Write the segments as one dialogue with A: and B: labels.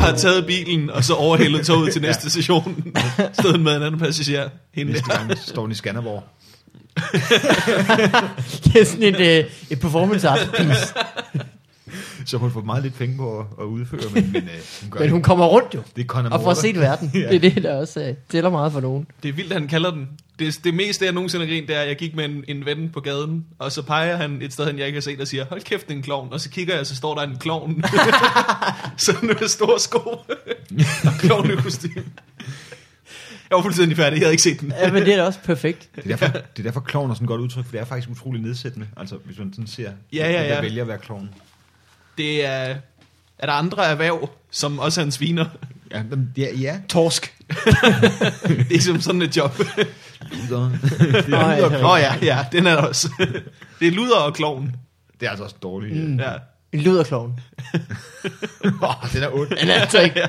A: har taget bilen, og så overhældet toget til næste station, stedet med en anden passager. Hende
B: Næste
A: der.
B: gang står den i Skanderborg.
C: det er sådan et, øh, et performance art piece.
B: Så hun får meget lidt penge på at, at udføre, men, men øh, hun gør
C: Men hun
B: det.
C: kommer rundt jo,
B: Det er Conor
C: og får
B: Morder.
C: set verden.
B: Ja.
C: Det er det, der også øh, tæller meget for nogen.
A: Det er vildt, at han kalder den. Det, det meste, jeg nogensinde har grint, det er, at jeg gik med en, en ven på gaden, og så peger han et sted hen, jeg ikke har set, og siger, hold kæft, det er en klovn. Og så kigger jeg, og så står der en klovn. Sådan med store sko. og klovn i kostume. Jeg var fuldstændig færdig, jeg havde ikke set den.
C: Ja, men det er da også perfekt.
B: Det er derfor, det er derfor klovn er sådan et godt udtryk, for det er faktisk utrolig nedsættende. Altså, hvis man sådan ser,
A: Ja, ja,
B: hvem der
A: ja.
B: vælger at være klovn.
A: Det er... Er der andre erhverv, som også er en sviner?
B: Ja, men- ja, ja.
C: Torsk.
A: Det er som sådan et job.
B: Luder.
C: Nå, øh, ja.
A: Nå oh, ja, ja, den er der også. Det er luder og klovn.
B: Det er altså også dårligt. Mm.
A: Ja.
C: En luderklovn.
B: Oh, den er ond.
C: Men altså ikke.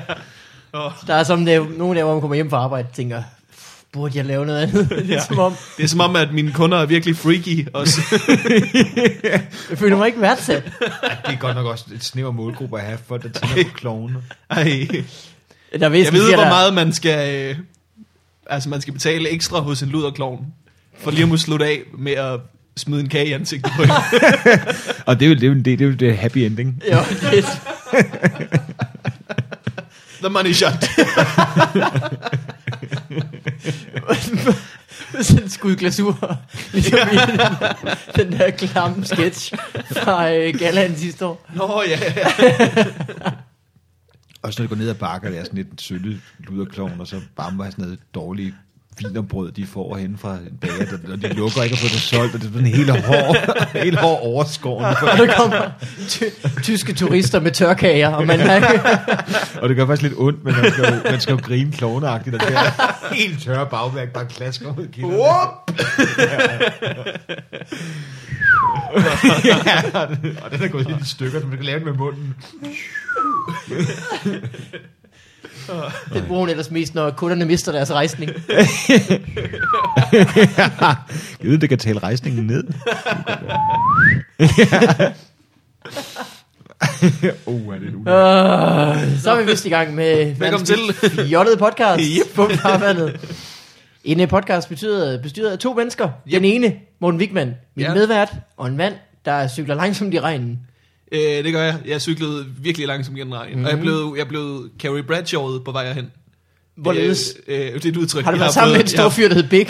A: Åh.
C: Der er som det, nogen der, hvor man kommer hjem fra arbejde, tænker, "Pff, burde jeg lave noget andet? Det er som om,
A: Det er som om, at mine kunder er virkelig freaky også.
C: jeg føler mig ikke værdsat.
B: Ej, det er godt nok også et snæver målgruppe at have for, der tænder på klovne.
A: Ej.
C: Der er vist,
A: Jeg ved,
C: siger
A: hvor
C: der-
A: meget man skal, øh, altså man skal betale ekstra hos en luderklovn, for lige at må slutte af med at smide en kage i ansigtet på hende.
B: Og det er jo det, er jo det, det, er jo det happy ending.
C: Jo, det,
A: The money shot.
C: Med sådan en skud glasur. Ligesom i den, den der klamme sketch fra øh, Gallaen sidste år.
A: Nå ja, ja.
B: Også når det går ned ad bakker, det er sådan lidt en sølle luderklovn, og så bammer han sådan noget dårligt vinerbrød, de får hen fra en bager, der- og de lukker ikke at få det solgt, og det er sådan hele hård, hele hård overskåren.
C: Og der kommer ty- tyske turister med tørkager, og man har ikke...
B: Og det gør faktisk lidt ondt, men man skal jo, man skal jo grine klovneagtigt, og det her helt tørre bagværk bare klasker ud i kilderne.
A: Whoop!
B: ja, og den er gået lidt i stykker, så man kan lave den med munden.
C: Det bruger hun ellers mest, når kunderne mister deres rejsning.
B: Jeg ved, det kan tale rejsningen ned. oh, er det nu?
C: Øh, så er vi vist i gang med
A: Velkommen
C: verdens mest fjollede podcast
A: Yep.
C: på farvandet. En øh, podcast betyder, bestyret af to mennesker. Den ene, Morten Wigman, min
A: Ja.
C: medvært, og en mand, der cykler langsomt i regnen.
A: Øh, det gør jeg. Jeg cyklede virkelig langsomt gennem regnen, mm.
C: Mhm.
A: og jeg blev, jeg blev Carrie Bradshaw'et på vej herhen.
C: Hvorledes?
A: Det, øh, det er et udtryk,
C: Har du
A: jeg
C: været sammen
A: fået-
C: med en stor
A: jeg-
C: fyr, der hed Big?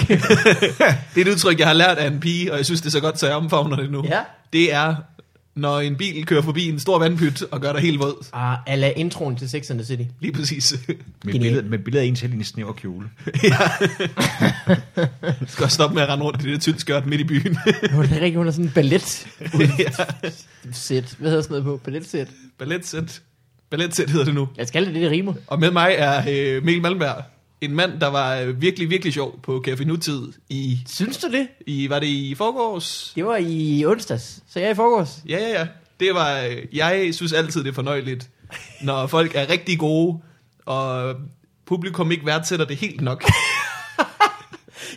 A: Det er et udtryk, jeg har lært af en pige, og jeg synes, det er så godt, så jeg omfavner det nu.
C: Ja.
A: Det er, når en bil kører forbi en stor vandpyt og gør dig helt våd.
C: Ah, ala introen til Sex and the City.
A: Lige præcis.
B: Med
C: Genial.
B: billedet, med billedet af en selv i en snæver kjole.
A: skal også stoppe med at rende rundt i det tyndt skørt midt i byen.
C: Hun er rigtig, hun er sådan en ballet
A: ja.
C: sæt. Hvad hedder sådan noget på? Balletsæt.
A: Balletsæt. Balletsæt hedder det nu.
C: Jeg skal det, det rimer.
A: Og med mig er øh, Mikkel Malmberg. En mand, der var øh, virkelig, virkelig sjov på Café Nutid i,
C: Synes du det?
A: i var det i forgårs?
C: Det var i onsdags, så jeg er i forgårs.
A: Ja, ja, ja. Det var, øh, jeg synes altid, det er fornøjeligt, når folk er rigtig gode, og publikum ikke værdsætter det helt nok.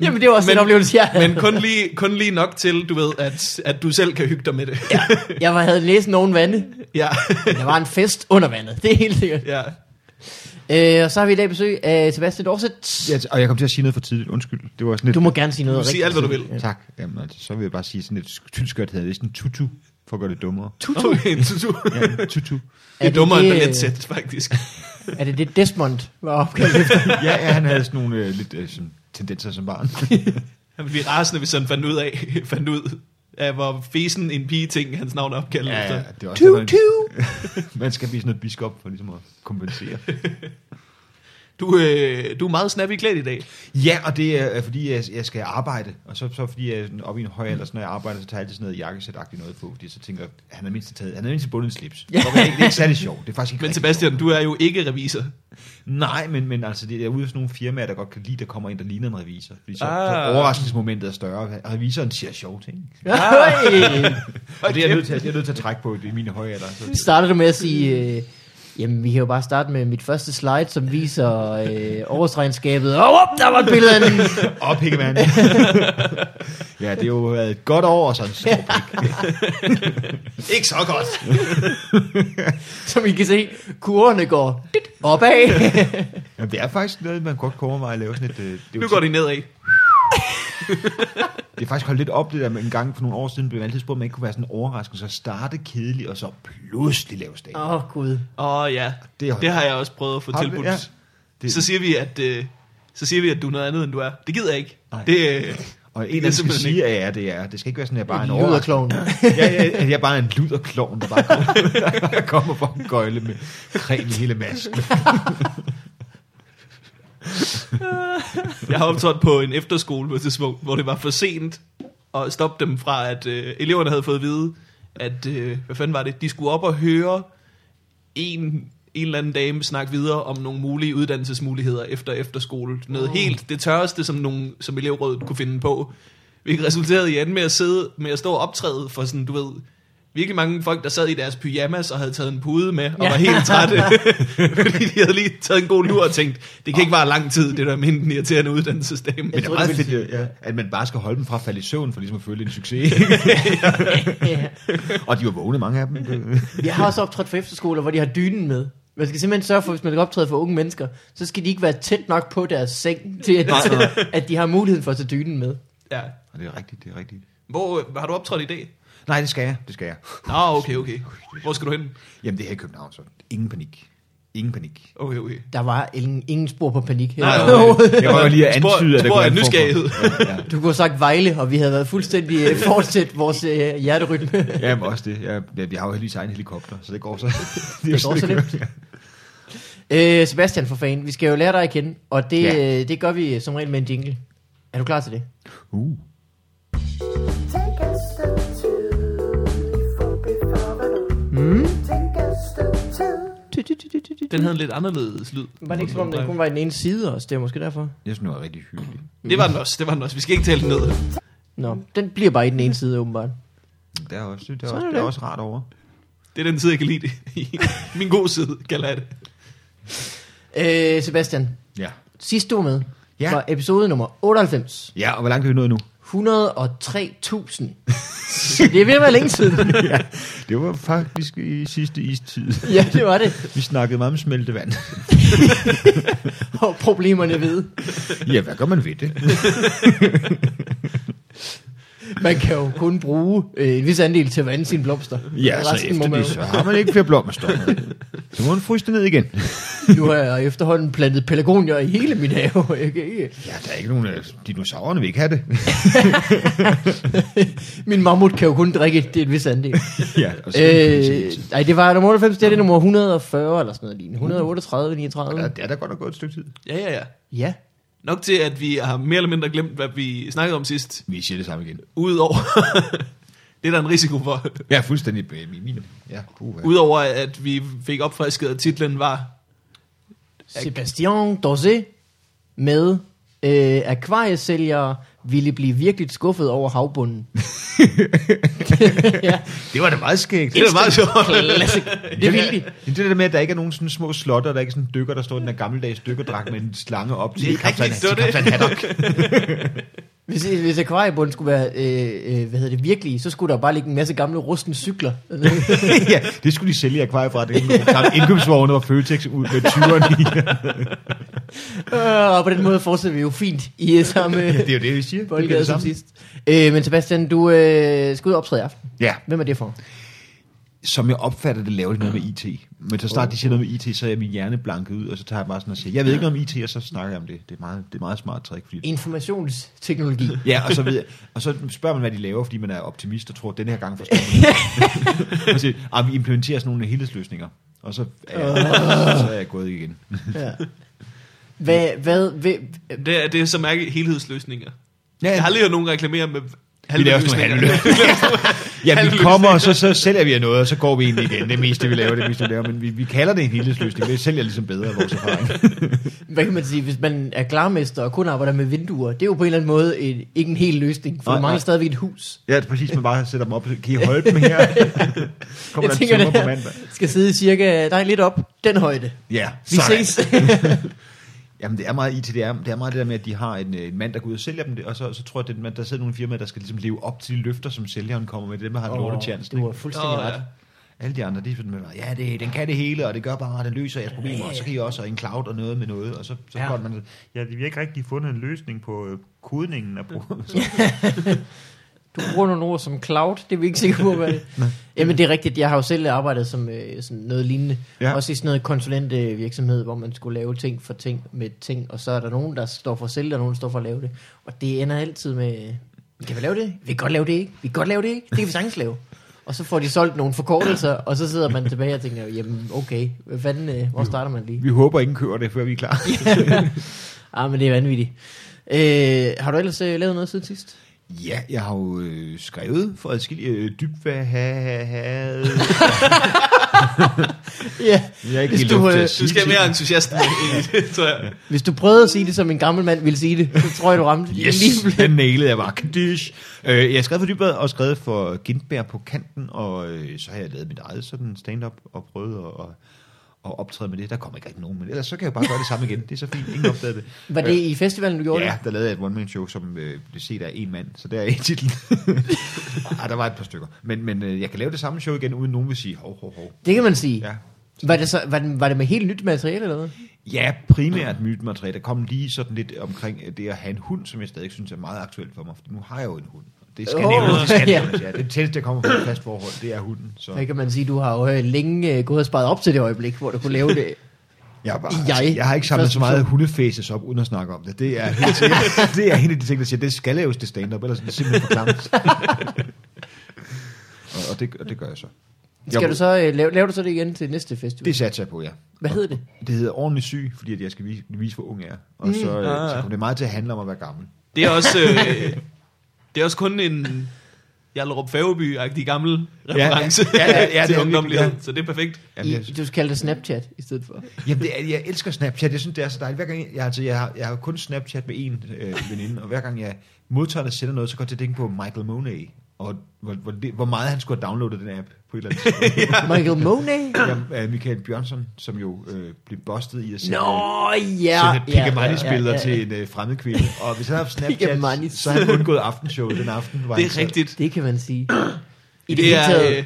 C: Jamen, det var også men,
A: Men-
C: en oplevelse, jeg havde.
A: Men kun lige, kun lige nok til, du ved, at, at du selv kan hygge dig med det. Ja.
C: Jeg var, havde læst nogen vande,
A: ja.
C: men der var en fest under vandet. Det er helt sikkert.
A: ja.
C: Øh, og så har vi i dag besøg af Sebastian Dorset.
B: Ja, og jeg kom til at sige noget for tidligt. Undskyld. Det var sådan lidt...
C: Du må gerne sige noget
A: Du siger
C: rigtigt.
A: alt, hvad du vil.
B: Tak. Jamen, altså, så vil jeg bare sige sådan et tyndskørt havde det sådan en tutu, for at gøre det dummere.
A: Tutu. Okay, en tutu.
B: Ja, en tutu.
A: Det er
C: det
A: dummere end
C: det, øh,
A: balletsæt, faktisk.
C: Er det det, Desmond var opkaldt efter?
B: Ja, ja, han havde sådan nogle øh, lidt øh, sådan, tendenser som barn.
A: Han ville blive rasende, hvis han fandt ud af, fandt ud af hvor fesen en pige ting, hans navn er opkaldt
B: ja,
A: efter.
B: ja, det er også
C: Tutu!
B: Tutu! Man skal blive sådan noget biskop for ligesom at kompensere.
A: Du, øh, du er meget snappy klædt i dag.
B: Ja, og det er, er fordi, jeg, jeg skal arbejde. Og så, så fordi jeg er sådan oppe i en høj alder, så når jeg arbejder, så tager jeg altid sådan noget jakkesæt-agtigt noget på. Fordi så tænker jeg, han har mindst taget, han har mindst bundet en slips. Ja. Okay, det er ikke- det er ikke særlig sjovt. Det er faktisk ikke
A: Men
B: rigtig
A: Sebastian, du er jo ikke revisor.
B: Nej, men, men altså, det er ude hos nogle firmaer, der godt kan lide, der kommer ind, der ligner en revisor. Fordi så, ah.
A: Ah.
B: så overraskelsesmomentet er større. Og revisoren siger sjove ting.
C: Ej!
B: Og det er jeg nødt til, at- jeg er nødt til at trække på det i mine høje alder. Så.
C: Starter du med at sige... Øh, Jamen, vi kan jo bare starte med mit første slide, som viser øh, årsregnskabet. Og oh, der var et billede af den.
B: Op, Hickman. ja, det har jo været et godt år, og sådan en stor pik.
A: Ikke så godt.
C: Som I kan se, kurverne går dit opad.
B: Jamen, det er faktisk noget, man godt kommer mig at lave sådan et... øh, Det er, jo
A: Nu går det nedad.
B: tit- det er faktisk holdt lidt op det der, men en gang for nogle år siden blev man altid spurgt, om man ikke kunne være sådan overrasket, så starte kedeligt, og så pludselig lave stat.
C: Åh, oh, Gud.
A: Åh oh, ja,
B: Det
A: det,
B: har-
A: det har jeg også prøvet at få
B: Har du det?
A: tilbudt.
B: Ja.
A: Ja.
B: Det-
A: Det... Så siger vi, at... Øh, så siger vi, at du er noget andet, end du er. Det gider jeg ikke.
B: Nej.
A: Det, øh,
B: Og en
A: det
B: af dem skal
A: simpelthen
B: sige, at jeg er det er. Det skal ikke være sådan, at jeg bare er en
C: En
B: overraskelse.
C: luderklovn.
B: ja, ja, at jeg bare er en luderklovn, der bare kommer, der kommer for en gøjle med creme i hele masken.
A: Jeg har optrådt på en efterskole på et tidspunkt, hvor det var for sent at stoppe dem fra, at øh, eleverne havde fået at vide, at, øh, hvad fanden var det, de skulle op og høre en, en eller anden dame snakke videre om nogle mulige uddannelsesmuligheder efter efterskole. Noget oh. helt det tørreste, som, nogen, som elevrådet kunne finde på. Hvilket resulterede i anden med at sidde, med at stå og optræde for sådan, du ved, virkelig mange folk, der sad i deres pyjamas og havde taget en pude med og
C: Ja.
A: var helt trætte. fordi de havde lige taget en god lur og tænkt, det kan ikke vare lang tid, det der med en irriterende uddannelsesdame.
B: Men det er
C: troede,
B: meget
C: du ville
B: fedt, ja, at man bare skal holde dem fra at falde i søvn, for ligesom at føle en succes.
C: Ja.
B: og de var vågne, mange af dem.
C: Jeg har også optrådt for efterskoler, hvor de har dynen med. Man skal simpelthen sørge for, hvis man optræder for unge mennesker, så skal de ikke være tæt nok på deres seng, til at, at de har muligheden for at tage dynen med.
A: Ja.
B: Og det er rigtigt, det er rigtigt.
A: Hvor øh, har du optrådt i dag?
B: Nej, det skal jeg, det skal jeg.
A: Nå, okay, okay. Hvor skal du hen?
B: Jamen, det er her i København, så ingen panik. Ingen panik.
A: Okay, okay.
C: Der var ingen, ingen spor på panik her.
A: Nej,
B: Jeg var jo lige at
A: Spor-
B: antyde, at
A: spor
B: kunne
A: af
B: være en form for- Ja, ja.
C: Du kunne have sagt Vejle, og vi havde været fuldstændig øh, fortsat vores øh, hjerterytme.
B: Jamen også det. Jeg, jeg, jeg har jo heldigvis egen helikopter, så det går så. det, er
C: Det går så nemt. Øh, Sebastian for fan, vi skal jo lære dig at kende, og det,
B: Ja.
C: ja. det gør vi øh, som regel med en jingle. Er du klar til det?
B: Uh.
D: Take a step two before before the Take a step two.
A: Den havde en lidt anderledes lyd.
C: Var det ikke som om, det kun var i den ene side også? Det er måske derfor.
B: Jeg synes, det var rigtig hyggeligt.
A: Det var den også, det var den også. Vi skal ikke tale den ned.
C: Nå, den bliver bare i den ene side åbenbart.
B: Det er også, det er
C: Sådan
B: også,
C: er
B: det er
C: det.
B: også rart over.
A: Det er den side, jeg kan lide det. Min gode side, kalder jeg det.
C: Øh, Sebastian,
B: Ja.
C: sidst du var med,
B: Ja.
C: ja. var episode nummer 98.
B: Ja, og hvor langt er vi nået nu?
C: 103.000. det er ved at være længe siden.
B: Det var faktisk i sidste istid.
C: ja, det var det.
B: Vi snakkede meget om smeltevand.
C: Og problemerne ved.
B: ja, hvad gør man ved det?
C: Man kan jo kun bruge øh, en vis andel til at vande sine blomster.
B: Ja, så
C: må
B: efter
C: man
B: det,
C: jo-
B: så har man ikke flere blomster. Så må man fryse det ned igen.
C: Nu har jeg efterhånden plantet pelargonier i hele min have. Jeg kan ikke...
B: Ja, der er ikke nogen af dinosaurerne, vil ikke have det.
C: Min mammut kan jo kun drikke det en vis andel.
B: ja, og så
C: øh,
B: øh,
C: nej, det var nummer 98, det er det nummer 140 eller sådan noget lignende. 138,
B: der,
C: 39.
B: der er da godt nok gået et stykke tid.
A: Ja, ja, ja.
C: Ja.
A: Nok til, at vi har mere eller mindre glemt, hvad vi snakkede om sidst.
B: Vi siger det samme igen.
A: Udover... det er der en risiko for.
B: Ja, fuldstændig øh, min. min- Ja, puha.
A: Udover at vi fik opfrisket, at titlen var...
C: Sebastian Dorset med øh, akvariesælgere ville blive virkelig skuffet over havbunden. ja,
B: Det var da meget skægt.
A: Det er da meget sjovt.
C: classic. Det ville de.
B: Det er det der med, at der ikke er nogen sådan små slotter, der ikke er sådan dykker, der står i den der gammeldags dykkerdragt med en slange op til
A: Det er
B: kaptajn
A: rigtigt, det var
B: til
A: det.
B: kaptajn Haddock.
C: Hvis, hvis akvariebunden skulle være, øh, øh, hvad hedder det, virkelig, så skulle der bare ligge en masse gamle rustne cykler. Øh,
B: ja, det skulle de sælge i akvarieforretningen. Indkøbsvogne var Føtex ud med 20'erne i.
C: Øh, og på den måde fortsætter vi jo fint i øh, samme øh,
B: Det er jo det, vi siger. Det bliver
C: boldgade
B: det
C: som
B: samme.
C: sidst. Øh, men Sebastian, du øh, skal ud og optræde i aften.
B: Ja,
C: Hvem er det for?
B: som jeg opfatter det, laver de noget med IT. Men så snart de siger noget med IT, så er min hjerne blanket ud, og så tager jeg bare sådan og siger, jeg ved ikke noget om IT, og så snakker jeg om det. Det er meget, det er meget smart trick. Fordi...
C: Informationsteknologi.
B: Ja, og så, ved jeg, og så spørger man, hvad de laver, fordi man er optimist og tror, at den her gang forstår man det. og siger, "Ah, vi implementerer sådan nogle helhedsløsninger. Og så er jeg, så er jeg gået igen.
C: Ja. Hvad, hvad, hvad,
A: Det er, det er så mærke helhedsløsninger.
B: Ja,
A: Jeg har aldrig hørt nogen reklamere med
B: Vi laver sådan nogle
A: halvløsninger.
B: halvløb. ja, vi
A: Halvløsninger.
B: kommer, og så, så sælger vi af noget, og så går vi egentlig igen. Det er mest det, vi laver, det er mest det, vi laver. Men vi, vi kalder det en helhedsløsning. Det sælger ligesom bedre af vores erfaring.
C: Hvad kan man sige, hvis man er klarmester og kun arbejder med vinduer, det er jo på en eller anden måde en, ikke en hel løsning, for
B: Nej,
C: man mangler
B: nej.
C: stadigvæk et hus.
B: Ja, det er præcis. Man bare sætter dem op. Kan I holde dem her? Kommer
C: Jeg
B: der en
C: tænker,
B: tømmer
C: det
B: på
C: her
B: mandag?
C: skal sidde cirka, nej, lidt op, den højde.
B: Ja,
C: Vi
B: sådan.
C: ses.
B: Jamen, det er meget IT, det er, det er meget det der med, at de har en, øh, en mand, der går ud og sælger dem det, og så, så tror jeg, at den mand, der sidder nogle firmaer, der skal ligesom leve op til de løfter, som sælgeren kommer med. Det er dem, der har oh, lortetjansen.
C: det var
B: ikke?
C: fuldstændig
A: Åh,
C: ret.
A: ja.
B: Alle de andre, de er sådan, med, ja, det, den kan det hele, og det gør bare, at den løser jeres problemer, og så kan I også, og en cloud og noget med noget, og så, så
C: Ja.
B: ja. man så,
E: Ja, de har ikke rigtig fundet en løsning på øh, kodningen af programmet.
C: Du bruger nogle ord som cloud, det er vi ikke sikre på, hvad det er. Jamen det er rigtigt, jeg har jo selv arbejdet som øh, sådan noget lignende. Ja.
B: Ja.
C: Også i sådan noget konsulentvirksomhed, hvor man skulle lave ting for ting med ting, og så er der nogen, der står for at sælge, og nogen der står for at lave det. Og det ender altid med, kan vi lave det? Vi kan godt lave det ikke. Vi kan godt lave det ikke. Det kan vi sagtens lave. Og så får de solgt nogle forkortelser, og så sidder man tilbage og tænker, jamen okay, hvad fanden, øh, hvor starter man lige?
B: Vi håber, ingen kører det, før vi er klar.
C: Ah, men det er vanvittigt. Øh, har du ellers øh, lavet noget siden sidst?
B: ja, jeg har jo øh, skrevet for adskillige øh, dybt, hvad ha, ha, ha. Jeg
C: Ja.
B: er ikke
C: Hvis
B: helt
C: du,
B: luft til
C: øh,
B: at
A: Du
B: sige
A: skal
B: ting.
A: mere entusiast i det, tror jeg.
C: Hvis du prøvede at sige det, som en gammel mand ville sige det, så tror jeg, du ramte
B: Yes,
C: lige
B: den nailede jeg bare. Kadish. Øh, jeg har skrevet for Dybvad og skrevet for Gindberg på kanten, og øh, så har jeg lavet mit eget sådan stand-up og prøvet at, at, at optræde med det. Der kommer ikke rigtig nogen, men ellers så kan jeg jo bare gøre det samme igen. Det er så fint, ingen opdagede det. Øh,
C: Var det i festivalen, du gjorde
B: Ja,
C: det?
B: der lavede jeg et one-man-show, som øh, blev set af en mand, så der er i titlen. Ej, der var et par stykker. Men, men øh, jeg kan lave det samme show igen, uden nogen vil sige hov, hov, hov.
C: Det kan man sige.
B: Ja,
C: Var, det så, var, det, var det med helt nyt materiale eller noget?
B: Ja, primært nyt materiale. Der kom lige sådan lidt omkring øh, det at have en hund, som jeg stadig synes er meget aktuelt for mig. For nu har jeg jo en hund. Og Det skal
C: Åh,
B: nævnes, det skal
C: ja.
B: nævnes, ja. Det tætteste, jeg kommer på et fast forhold, det er hunden.
C: Der
B: Så
C: kan man sige, du har jo øh, længe øh, gået og sparet op til det øjeblik, hvor du kunne lave det.
B: jeg, er bare,
C: Jeg.
B: jeg, jeg har ikke samlet
C: Første
B: så meget hundefaces op, uden at snakke om det. Det er, helt, sikkert- det er en af de ting, der siger, det skal laves til stand-up, ellers er det simpelthen for klamt. og, og, det, og det gør jeg så.
C: Skal
B: Jeg-
C: du så, øh, lave, laver du så det igen til næste festival?
B: Det satser jeg på, ja.
C: Hvad hedder det?
B: Det hedder ordentlig syg, fordi at jeg skal vise, vise hvor ung jeg er. Og så, øh, så kommer det meget til at handle om at være gammel.
A: Det er også, øh, det er også kun en Jallerup Færgeby-agtig gammel reference ja, ja, ja, ja,
B: det
A: til
B: er
A: ungdomlighed,
B: virkelig,
A: så det er perfekt.
B: Jamen, jeg-
C: I, du skal kalde det Snapchat i stedet for.
B: Jamen, det, er- jeg elsker Snapchat. Jeg synes, det er så dejligt. Hver gang jeg, jeg, altså, jeg, har, jeg har kun Snapchat med én øh, veninde, og hver gang jeg modtager og sender noget, så går jeg til at tænke på Michael Monet, og hvor, hvor, det, hvor meget han skulle have downloadet den app på et eller andet tidspunkt.
C: Michael Monet?
B: Jeg, øh, Michael Bjørnsson, som jo øh, blev bustet i at sende,
C: Nå, ja.
B: sende
C: ja,
B: Pikamannis-billeder til en øh, fremmed kvinde. Og hvis han har haft Snapchat,
C: Pikamannis.
B: så har han undgået aftenshowet den aften. Hvor
A: Det
B: han
A: er
B: sad.
A: rigtigt.
C: Det kan man sige. I det,
A: Det
C: hele taget.
A: er, øh,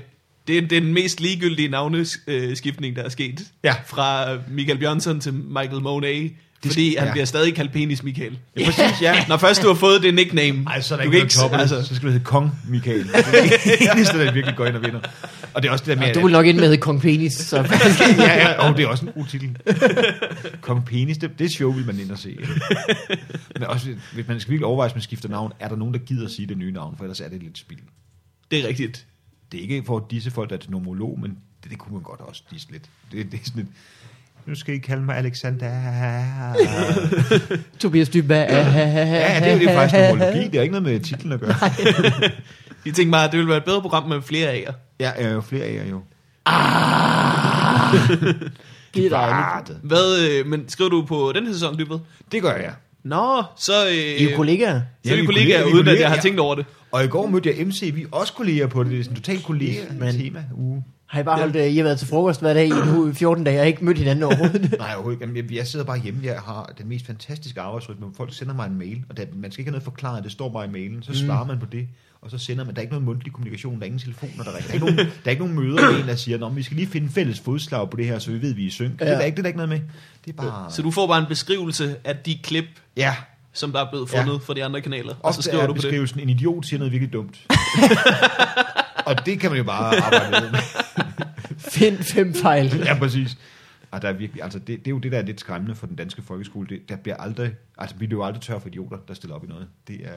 A: det, er, det er den mest ligegyldige navneskiftning, der er sket.
B: Ja.
A: Fra Michael Bjørnsen til Michael Monet. Fordi han
B: ja.
A: bliver stadig kaldt penis Michael.
B: Ja, præcis, ja.
A: Når først du har fået det nickname,
B: Ej, så er der
A: du
B: ikke noget top, altså.
A: altså,
B: så skal du hedde Kong Michael. Det er det eneste, der virkelig går ind og vinder. Og det er også det der med,
C: Du
B: at-
C: vil nok ind med at hedde Kong Penis, så
B: ja, ja, og det er også en god titel. Kong Penis, det, det show vil man ind og se. Men også, hvis man skal virkelig overveje, hvis man skifter navn, er der nogen, der gider at sige det nye navn, for ellers er det lidt spild.
A: det er rigtigt.
B: Det er ikke for at disse folk, der er til nomolog, men det, det kunne man godt også disse lidt. Det, det er sådan et,
E: Nu skal I kalde mig Alexander.
C: Tobias Dybberg.
B: ja, det er jo det er faktisk nomologi, det har ikke noget med titlen at gøre.
A: Jeg tænkte bare, at det ville være et bedre program med flere af jer.
B: Ja, øh, flere af jer jo.
C: Det er dejligt.
B: Bartet.
A: Hvad, øh, men skriver du på den her sæson, Dybved?
B: Det gør jeg.
A: Nå, så, øh,
C: I er jo kollegaer.
A: så er
B: Ja,
A: vi
B: vi
A: kollegaer,
B: er kollegaer, vi er
A: uden at jeg
B: kollegaer,
A: har
B: ja.
A: tænkt over det.
B: Og i går mødte jeg MC, vi er også kolleger på det. Det er sådan en total
C: Men-
B: kollega-tema. Uge.
C: Har I bare holdt, øh, I har været til frokost hver dag i en uge i 14 dage, og ikke mødt hinanden overhovedet?
B: Nej, overhovedet ikke. Jamen, jeg, jeg sidder bare hjemme. Jeg har den mest fantastiske arbejdsrytme. Folk sender mig en mail, og der, man skal ikke have noget forklaret. Det står bare i mailen. Så mm. svarer man på det, og så sender man. Der er ikke noget mundtlig kommunikation. Der er ingen telefoner, der ringer. Der er ikke nogen, der er ikke nogen møder med en, der siger, Nå, men vi skal lige finde fælles fodslag på det her, så vi ved, at vi er i synk. Ja. Det er
C: Ja.
B: der ikke, det er der ikke noget med. Det er bare...
A: Så du får bare en beskrivelse af de klip,
B: Ja,
A: som der er blevet
B: Ja.
A: fundet ja. fra de andre kanaler. Og så
B: ofte
A: skriver
B: er
A: du på det.
B: beskrivelsen, en idiot siger noget virkelig dumt. og det kan man jo bare arbejde med.
C: Find fem fejl.
B: ja, præcis. Og der er virkelig, altså det, det er jo det, der er lidt skræmmende for den danske folkeskole. Det, der bliver aldrig, altså vi bliver jo aldrig tør for idioter, der stiller op i noget. Det er,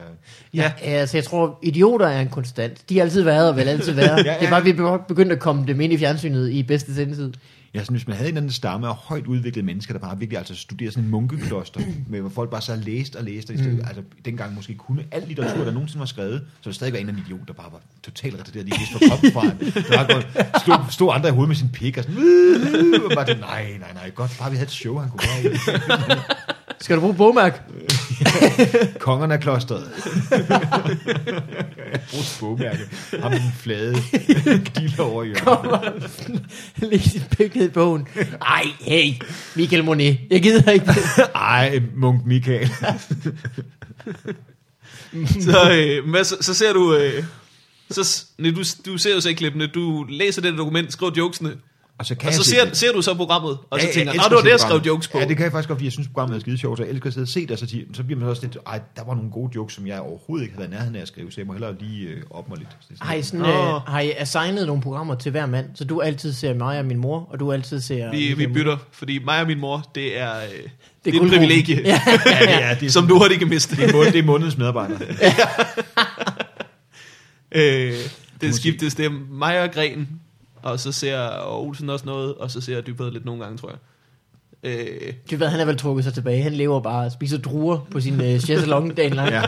C: Ja. Altså, jeg tror, idioter er en konstant. De har altid været og vil altid være. ja,
B: ja.
C: ja. Det er bare, vi er begyndt at komme dem ind i fjernsynet i bedste sendetid.
B: Ja, sådan, hvis man havde en eller anden stamme af højt udviklede mennesker, der bare virkelig altså studerede sådan en munkekloster, med hvor folk bare så læst og læst, og i stedet, mm. altså dengang måske kunne al litteratur, der nogensinde var skrevet, så der stadig var en eller anden idiot, der bare var totalt retarderet, lige vidste, hvor kom fra. Der bare gået- stod, stod andre i hovedet med sin pik og sådan, "Øh, øh," og bare sådan, nej, nej, nej, godt, bare vi havde et show, han kunne bare ud.
C: Skal du bruge bogmærk?
B: Kongerne af klosteret. Brug spogmærke. Ham med den flade dealer over i hjørnet.
C: Læs dit pik ned i bogen. Ej, hey, Michael Monet. Jeg gider ikke.
B: Ej, munk Michael.
A: Så, øh, hvad, så, så ser du... Øh, så, s- nej, du, du ser jo så ikke klippene, du læser det dokument, skriver jokesene,
B: Og så, kan
A: og
B: jeg
A: så
B: se
A: ser,
B: det.
A: ser du så programmet, og så
B: Ja, jeg
A: tænker, nej,
B: elsker
A: det var det,
B: at se
A: jeg skrev
B: programmet.
A: jokes på.
B: Ja, det kan jeg faktisk godt, fordi jeg synes, programmet er skide sjovt, så jeg elsker at sidde og se det, og så, ti- så bliver man så også lidt, ej, der var nogle gode jokes, som jeg overhovedet ikke havde været i nærheden af at skrive, så jeg må hellere lige øh, op mig lidt. Så det er sådan-
C: Har I, sådan,
A: Nå.
C: øh, har I assignet nogle programmer til hver mand? Så du altid ser mig og min mor, og du altid ser...
A: Vi, vi bytter, fordi mig og min mor, det er, øh, det er, et
C: guldgruppen.
A: privilegie, ja.
B: ja, det er, det er,
A: som du hurtigt kan miste.
B: det er, måned, det er månedens medarbejder.
A: Øh, det skiftes, det er mig og Gren, og så ser og Olsen også noget, og så ser jeg Dybvad lidt nogle gange, tror jeg. Øh,
C: Det ved, han har vel trukket sig tilbage. Han lever bare og spiser druer på sin øh, chaiselong dagen lang.
B: Ja.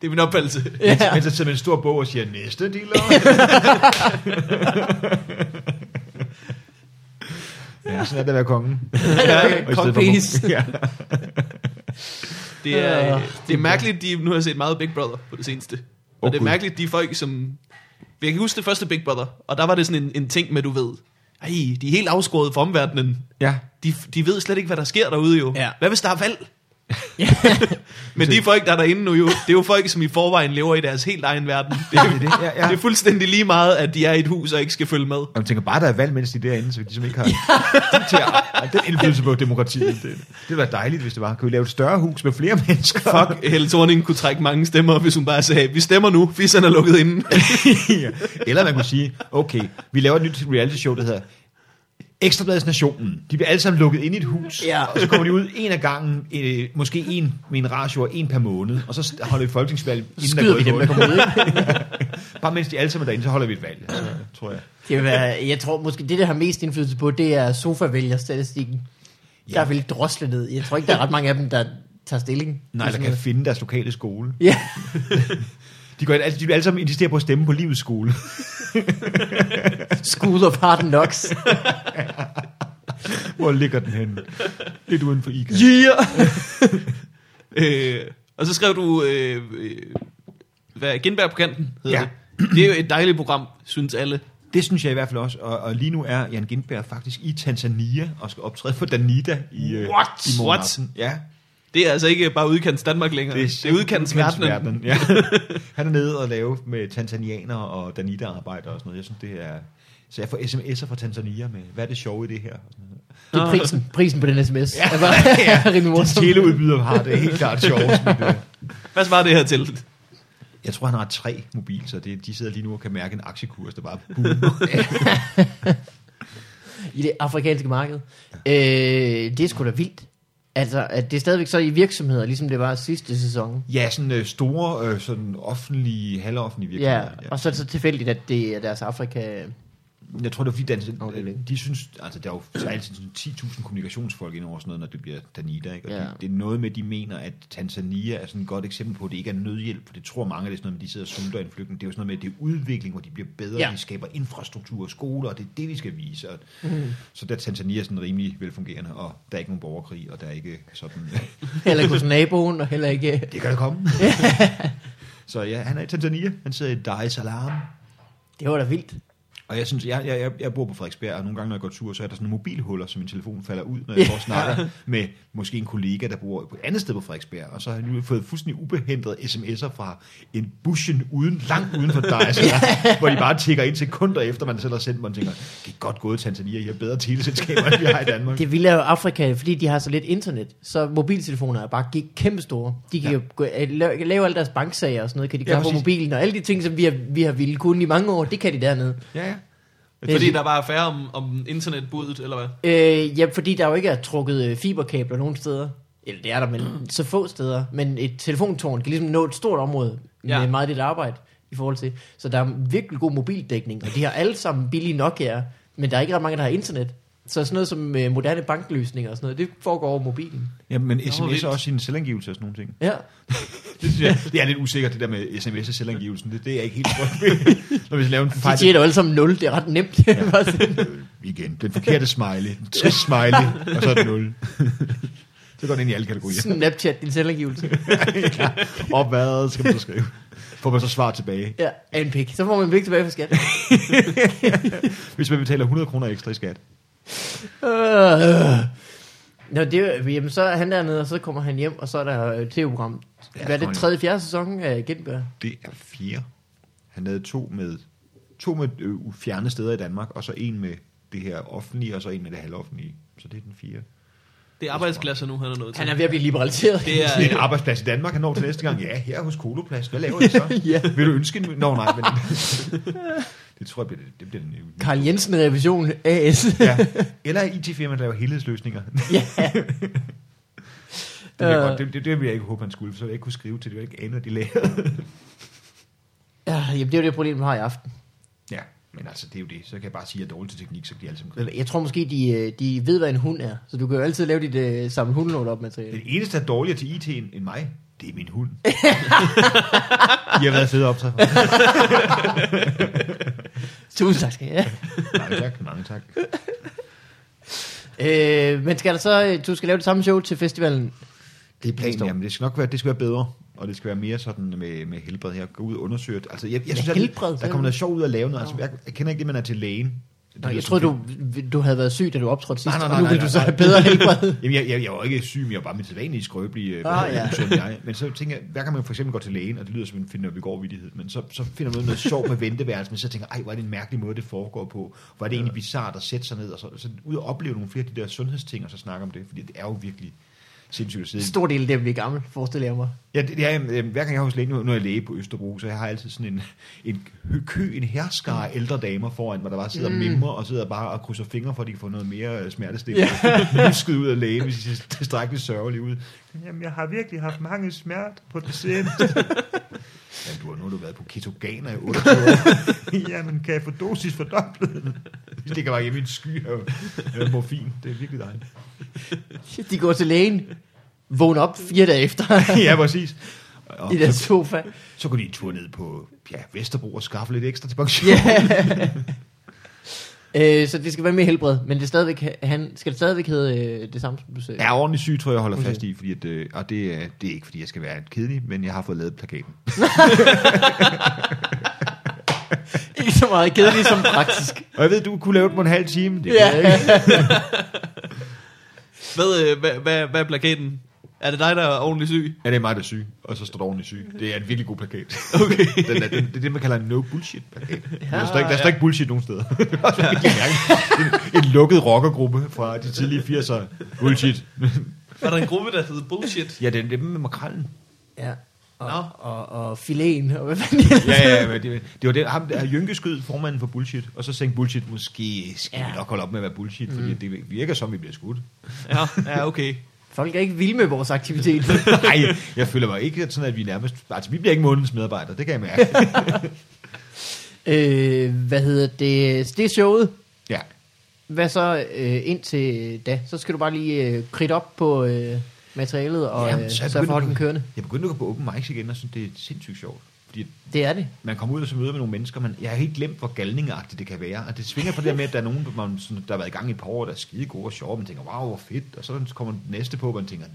A: det er min opfattelse.
B: Ja. Men så sidder man en stor bog og siger, næste dealer. ja, sådan er det at være kongen.
C: Ja,
B: Og i stedet for
C: Cockpenis.
B: munk. ja.
A: Det er,
C: Ja.
A: øh, det er mærkeligt, de, nu har jeg set meget Big Brother på det seneste. Og
B: Åh,
A: det er
C: Oh,
B: Gud.
A: mærkeligt, de folk, som... Jeg kan huske det første Big Brother, og der var det sådan en, en ting med, du ved. Ej, de er helt afskåret fra omverdenen.
B: ja.
A: De, de ved slet ikke, hvad der sker derude jo.
C: Ja.
A: Hvad hvis der er valg? Men de folk, der er derinde nu jo, det er jo folk, som i forvejen lever i deres helt egen verden. Det er,
B: Det er det, ja, ja.
A: det er fuldstændig lige meget, at de er i et hus og ikke skal følge med.
B: Og man tænker bare, der er valg, mens de er derinde, så vi ligesom ikke har ja. de tager, den indflydelse på demokratiet. Det, det ville være dejligt, hvis det var. Kan vi lave et større hus med flere mennesker?
A: Fuck, Helle Thorning kunne trække mange stemmer, hvis hun bare sagde, vi stemmer nu, fissen er lukket inden.
B: ja. Eller man kunne sige, okay, vi laver et nyt reality show, der hedder Ekstrabladets Nationen. De bliver alle sammen lukket ind i et hus,
C: Ja.
B: og så kommer de ud en af gangen, øh, måske en med en ratio og en per måned, og så st- holder vi folketingsvalg, inden
C: Skyder vi dem, der
B: der
C: kommer ud,
B: ud. Bare mens de alle sammen er derinde, så holder vi et valg, altså, tror jeg.
C: Det vil være, jeg tror måske, det der har mest indflydelse på, det er sofa-vælgerstatistikken. Ja. Der er vel droslet ned. Jeg tror ikke, der er ret mange af dem, der tager stilling.
B: Nej,
C: Det er
B: der
C: sådan
B: kan
C: noget.
B: finde deres lokale skole.
C: Ja,
B: De, går, ind- altså, de vil alle sammen insistere på at stemme på livets skole.
C: School of Hard Knocks.
B: Hvor ligger den henne? Lidt uden for IKA.
A: Yeah! øh, og så skrev du, øh, øh, hvad, Genberg på kanten hedder
B: Ja.
A: det. Det er jo et dejligt program, synes alle.
B: Det synes jeg i hvert fald også, og, og lige nu er Jan Gindberg faktisk i Tanzania og skal optræde for Danida i, øh,
A: What?
B: i morgen
A: What?
B: aften. Ja,
A: Det er altså ikke bare udkants Danmark længere. Det er, det er udkants verdenen.
B: udkantsverdenen, Ja. Han er nede og lave med tanzanianere og Danida-arbejder og sådan noget. Jeg synes, det er... Så jeg får sms'er fra Tanzania med, hvad er det sjove i det her? Og sådan noget.
C: Det er prisen, prisen på den sms. Ja, ja. rimelig
B: De
C: morsom.
B: teleudbydere har det helt klart sjovt. men, øh,
A: Hvad svarer det her til?
B: Jeg tror, han har tre mobil, så det, de sidder lige nu og kan mærke en aktiekurs, der bare boomer.
C: I det afrikanske marked. Øh, det er sgu da vildt. Altså, at det er stadigvæk så i virksomheder, ligesom det var sidste sæson.
B: Ja, sådan øh, store, øh, sådan offentlige, halvoffentlige
C: Ja,
B: virksomheder.
C: og så er det så tilfældigt, at det er deres Afrika...
B: Jeg tror, det var fordi, dansk,
C: Afdeling.
B: de synes, altså der er jo så altid sådan 10.000 kommunikationsfolk ind over sådan noget, når det bliver Danida, ikke? Og
C: Ja.
B: ja. de, det er noget med, de mener, at Tanzania er sådan et godt eksempel på, at det ikke er nødhjælp, for det tror mange, det er sådan noget med, de sidder og sulter en flygtning. Det er jo sådan noget med, at det er udvikling, hvor de bliver bedre,
C: Ja.
B: ja. de skaber infrastruktur og skoler, og det er det, vi skal vise. Og, mm.
C: Mhm.
B: Så der er Tanzania sådan rimelig velfungerende, og der er ikke nogen borgerkrig, og der er ikke sådan...
C: Heller ikke hos naboen, og heller ikke...
B: det kan da komme. så ja, han er i Tanzania, han sidder i Dar es Salaam,
C: Det var da vildt.
B: og jeg synes, jeg, jeg, jeg, jeg bor på Frederiksberg, og nogle gange, når jeg går tur, så er der sådan nogle mobilhuller, som min telefon falder ud, når jeg går og snakker med måske en kollega, der bor på et andet sted på Frederiksberg. Og så har jeg nu fået fuldstændig ubehindrede sms'er fra en buschen uden, langt uden for dig, så jeg, hvor de bare tigger ind sekunder efter, man selv har sendt mig, og tænker, det er godt gået, Tanzania, I har bedre teleselskaber, end vi har i Danmark.
C: Det vilde er jo Afrika, fordi de har så lidt internet, så mobiltelefoner er bare gik kæmpe store. De kan ja. jo gå, øh, lave, lave alle deres banksager og sådan noget, kan de
B: Ja,
C: gøre på
B: præcis.
C: mobilen, og alle de ting, som vi har, vi har ville kunne i mange år, det kan de dernede.
B: Ja, ja.
A: Fordi der bare er færre om, om internetbuddet, eller hvad?
C: Øh, ja, fordi der jo ikke er trukket øh, fiberkabler nogen steder. Eller det er der, men så få steder. Men et telefontårn kan ligesom nå et stort område med
A: Ja.
C: meget lidt arbejde i forhold til. Så der er virkelig god mobildækning, og de har alle sammen billige Nokia'er, men der er ikke ret mange, der har internet. Så sådan noget som øh, moderne bankløsninger og sådan noget, det foregår over mobilen.
B: Ja, men
A: Nå,
B: sms
A: vildt.
B: er også sin selvangivelse og sådan nogle ting.
C: Ja.
B: Det, synes jeg, det er lidt usikkert, det der med sms og selvangivelsen. Det, det er jeg ikke helt tryg ved. Når vi laver en
C: De
B: fejl,
C: tjener alle sammen 0, det er ret nemt. Bare sådan.
B: øh, igen, den forkerte smiley, den trist smiley, og så er det nul. så går den ind i alle kategorier.
C: Snapchat, din selvangivelse.
B: ja. Og hvad skal man så skrive? Får man så svar tilbage.
C: Ja, af en pik. Så får man en pik tilbage fra skat.
B: Hvis man betaler 100 kroner ekstra i skat.
C: Øh, øh. Nå, det, er jo- jamen, så er han dernede, og så kommer han hjem, og så er der øh, tv-program.
B: Ja,
C: Hvad er
B: kom
C: det, tredje, fjerde sæson af Genbær?
B: Det er fire. Han havde to med, to med øh, fjerne steder i Danmark, og så en med det her offentlige, og så en med det halvoffentlige. Så det er den fire.
A: Det er arbejdspladser nu, han er nødt til.
C: Han er ved at blive liberaliseret.
A: Det er,
B: Det er en arbejdsplads i Danmark, han når til næste gang. Ja, her hos Koloplads. Hvad laver jeg så?
C: ja.
B: Vil du ønske en... Nå, nej, men... det tror jeg, bliver, det bliver den nye.
C: Karl Jensen Revision AS.
B: Ja. Eller IT-firma, der laver helhedsløsninger. det,
C: ja.
B: vil jeg
C: Øh.
B: godt, det, det, det ville jeg ikke håbe, han skulle, for så ville jeg ikke kunne skrive til det. Jeg ville ikke ane, at de lavede.
C: ja, jamen, det er jo det problem, vi har i aften.
B: Ja, men altså, det er jo det. Så kan jeg bare sige, at jeg ligesom er dårlig til teknik, så bliver alle sammen
C: Jeg tror måske, de, øh, de ved, hvad en hund er. Så du kan jo altid lave dit øh, samle hundelort op materiale.
B: Den eneste, der er dårligere til IT end, end mig, det er min hund. I har været fede optræder.
C: Tusind tak skal I have.
B: Mange tak, mange tak.
C: Øh, men skal der så, øh, du skal lave det samme show til festivalen?
B: Det er planen,
C: Forstår.
B: jamen det skal nok være, det skal være bedre, og det skal være mere sådan med, med helbred her. Gå ud og undersøge det. Altså, jeg, jeg synes, at
C: helbred,
B: der kommer noget sjovt ud at lave noget. Altså, jeg, jeg kender ikke det, man er til lægen.
C: Nå, jeg troede, du, du havde været syg, da du optrådte sidst, og
B: nej,
C: nu
B: nej,
C: vil
B: nej,
C: du så
B: nej.
C: have bedre helbred.
B: Jamen, jeg, jeg, jeg var ikke syg, men jeg var bare mit sædvanlige skrøbelige øh,
C: Ah, ja.
B: usund jeg. Men så tænker jeg, hver gang man for eksempel går til lægen, og det lyder som en finder vi går vidighed, men så, så finder man ud af noget sjovt med venteværelsen, men så tænker jeg, ej, hvor er det en mærkelig måde, det foregår på. Hvor er det egentlig bizart at sætte sig ned, og så, så ud og opleve nogle flere af de der sundhedsting, og så snakke om det, fordi det er jo virkelig sindssygt at sidde.
C: Stor del af det bliver gammel, forestiller jeg mig.
B: Ja, det, det er, øhm, hver gang jeg er hos lægen, nu nu er jeg læge på Østerbro, så jeg har altid sådan en, en kø- kø, en herskare af ældre damer foran, hvor der bare sidder mm. og mimrer og sidder bare og krydser fingre, for at de kan få noget mere øh, smertestillende. Yeah. ud af lægen, hvis de ser tilstrækkeligt sørgelige ud.
E: Jamen, jeg har virkelig haft mange smert på det seneste.
B: Ja, du har nu har du været på ketogener i 28 år.
E: Jamen, kan jeg få dosis fordoblet?
B: Det ligger bare hjemme i en sky af øh, morfin. Det er virkelig dejligt.
C: De går til lægen, vågner op fire dage efter
B: ja, præcis. Og
C: i deres
B: så,
C: sofa.
B: så kunne de en tur ned på ja, Vesterbro og skaffe lidt ekstra til pension.
C: Ja. øh, så det skal være mere helbred, men det er stadigvæk, han, skal det stadigvæk hedde øh, det samme, som du sagde?
B: Jeg er ordentligt syg, tror jeg, jeg holder fast i, fordi at, øh, og det, er- det er ikke, fordi jeg skal være en kedelig, men jeg har fået lavet plakaten.
C: Ikke så meget kedeligt som praktisk.
B: Og jeg ved, du kunne lave den på en halv time. Det
C: Ja.
B: ja. jeg ikke.
A: hvad, øh, hvad, hvad, hvad er plakaten? Er det dig, der er ordentligt syg?
B: Ja, det er mig, der er syg, og så står der ordentligt syg. Det er en virkelig god plakat. Okay. Den er, den, det er det, man kalder en no-bullshit-plakat. Ja, der står, ikke, der
A: ja.
B: står ikke bullshit nogen steder. Det er også virkelig mærkeligt. en, en lukket rockergruppe fra de tidlige 80'er. Bullshit.
A: Var der en gruppe, der hed Bullshit?
B: Ja, det er dem med makrallen.
C: Ja.
A: Nå.
C: Og, og, og filen, og hvad fanden det
B: Ja, ja, men det, det var den, ham der Jynke skød formanden for bullshit, og så tænkte bullshit, måske skal ja.
C: Ja.
B: vi nok holde op med at være bullshit, mm. fordi det virker som, vi bliver skudt.
A: Ja, ja okay.
C: Folk er ikke vilde med vores aktivitet.
B: Nej, jeg føler mig ikke sådan, at vi nærmest... Altså, vi bliver ikke månedens medarbejdere, det kan jeg mærke.
C: øh, hvad hedder det? Det er showet.
B: Ja.
C: Hvad så øh, indtil da? Så skal du bare lige øh, kridte op på øh, materialet og
B: Jamen,
C: øh,
B: så er jeg
C: sørge for at holde den
B: begyndt-
C: kørende.
B: Jeg begyndte at gå på open mics igen, og synes, det er sindssygt sjovt. Fordi
C: Det er det.
B: man kommer ud og så møder med nogle mennesker, men jeg har helt glemt, hvor galningagtigt det kan være. Og det svinger på det der med, at der er nogen, man, sådan, der har været i gang i et par år, der er skide gode og sjove, og man tænker, wow, hvor fedt. Og så kommer den næste på, og man tænker,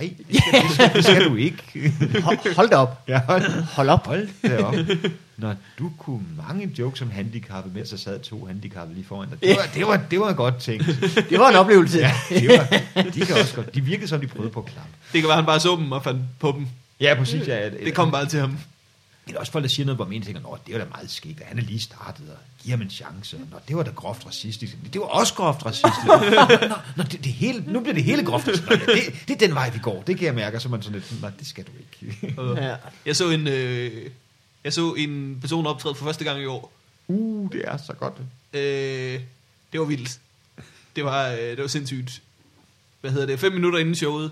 B: nej, det skal, det skal, det skal du ikke.
C: Hold, hold da op.
B: Ja, hold,
C: Hold op.
B: hold da op. Når du kunne mange jokes om handicappet, mens der sad to handicappede lige foran dig. Det var, det var, det var godt tænkt.
C: Det var en oplevelse.
B: Ja, det var, de kan også godt. De virkede som, de prøvede på at klappe.
A: Det kan være, han bare så dem og fandt på dem.
B: Ja, præcis. Ja, et,
A: Det kom bare til ham.
B: Eller også folk, der siger noget, hvor man egentlig tænker, Nå, det var da meget skægt, og han er lige startet, og giver ham en chance. og Nå, det var da groft racistisk. Det var også groft racistisk. Nå, nå, nå det, det hele, nu bliver det hele groft racistisk. Nå, ja, det, det, er den vej, vi går. Det kan jeg mærke, og så er man sådan lidt, nej, det skal du ikke.
A: Og
C: Ja.
A: Jeg så en, øh, jeg så en person optræde for første gang i år.
B: Uh, det er så godt.
A: Øh, det var vildt. Det var, øh, det var sindssygt. Hvad hedder det? Fem minutter inden showet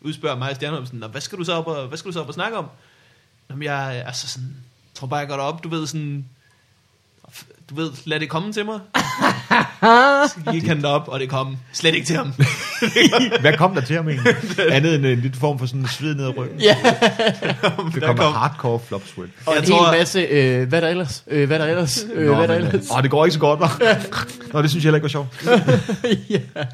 A: udspørger Maja Stjernholmsen, "Nå, hvad skal du så op og, hvad skal du så op og snakke om? Jamen, jeg øh, altså sådan, tror bare, jeg går derop, du ved sådan, du ved, lad det komme til mig. Så gik han op, og det kom slet ikke til ham.
B: Hvad kom der til ham egentlig? Andet end en lidt form for sådan en sved ned ad ryggen.
C: Ja,
B: Det
A: Der
B: kommer
A: kom-
B: hardcore flop sweat.
C: og
A: Jeg
C: en
A: tror-
C: hel masse, øh, hvad der ellers, øh, hvad der ellers, øh, hvad der ellers.
B: Åh, det går ikke så godt, var. Nå, det synes jeg heller ikke var sjovt.
C: ja.
B: Åh, det er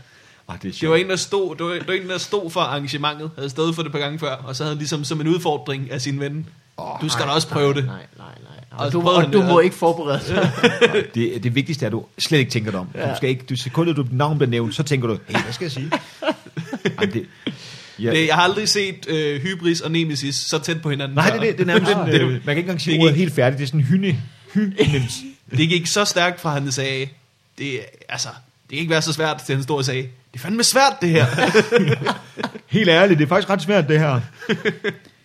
A: Det var
B: sjovt.
A: en, der stod, det var, det var en, der stod for arrangementet, havde stået for det et par gange før, og så havde han ligesom som en udfordring af sin ven.
B: Åh,
A: Du skal da også øh, prøve det.
C: Nej, nej, nej.
A: Og
C: Og du,
A: prøvede
C: og
A: han
C: du
A: det,
C: må
A: og-
C: ikke forberede dig.
B: Det, det vigtigste er, at du slet ikke tænker dig om. Ja.
C: Ja.
B: Du skal ikke, du, sekundet du navn bliver nævnt, så tænker du, hey, hvad skal jeg sige? Ej, det, ja,
A: Det,
B: det,
A: jeg har aldrig set øh, Hybris og Nemesis så tæt på hinanden.
B: nej,
A: før.
B: det, det, det er nærmest sådan,
A: Det-
B: øh, man kan ikke engang sige
A: det
B: ordet
A: gik-
B: helt færdigt. Det er sådan hynde. hynde.
A: Det gik så stærkt fra, at han sagde, det, er- altså, det kan ikke være så svært, til han stod og sagde, det er fandme svært det her.
B: Helt ærligt, det er faktisk ret svært, det her.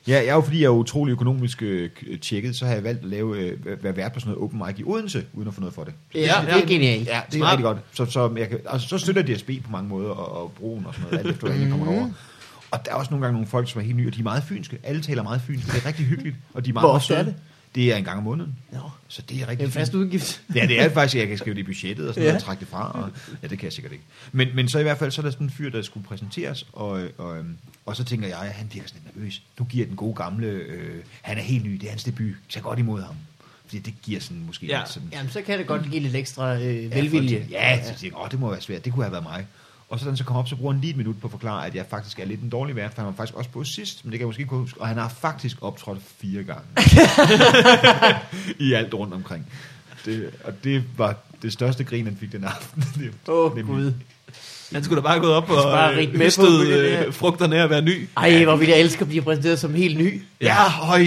B: Ja, jeg er jo, fordi jeg er utrolig økonomisk øh, tjekket, så har jeg valgt at lave, øh, være vært på sådan noget open mic i Odense, uden at få noget for det.
C: Ja, det er genialt.
B: Ja, det er
A: Smart.
B: rigtig godt. Så, så, jeg kan, altså, så støtter DSB på mange måder, og, og broen og sådan noget, alt efter hvordan jeg kommer over. Og der er også nogle gange nogle folk, som er helt nye, og de er meget fynske. Alle taler meget fynsk, og det er rigtig hyggeligt. Og de er meget,
C: Hvor
B: meget
C: ofte er
B: søde. Det er en gang om måneden.
C: Nå,
B: Så det er
C: det er
B: rigtig
C: en fast
B: fint.
C: udgift.
B: Ja, det er det faktisk, jeg kan skrive det i budgettet og sådan noget,
C: Ja.
B: og trække det fra. Og, ja, det kan jeg sikkert ikke. Men, men så i hvert fald, så er der sådan en fyr, der skulle præsenteres, og, og, øhm, og så tænker jeg, at han virker sådan lidt nervøs. Nu giver den gode gamle, øh, han er helt ny, det er hans debut, tag godt imod ham. Fordi det giver sådan måske
A: Ja.
B: lidt sådan...
C: Jamen, så kan det godt give lidt ekstra øh,
B: Ja,
C: velvilje.
B: folk tænker, Ja, så tænker jeg, åh, det må være svært, det kunne have været mig. Og så da han så kom op, så bruger han lige et minut på at forklare, at jeg faktisk er lidt en dårlig vært, for han var faktisk også på sidst, men det kan jeg måske ikke huske. Og han har faktisk optrådt fire gange. I alt rundt omkring. Det, og det var det største grin, han fik den aften. Det-
C: Åh,
B: nemlig-
C: Gud.
A: Han skulle da bare gået op og
C: bare
A: øh,
C: rigt med på,
A: høstet
C: fordi det er-
A: øh, frugterne af at være ny.
C: Ej, hvor ville jeg elske at blive præsenteret som helt ny.
A: Ja, høj.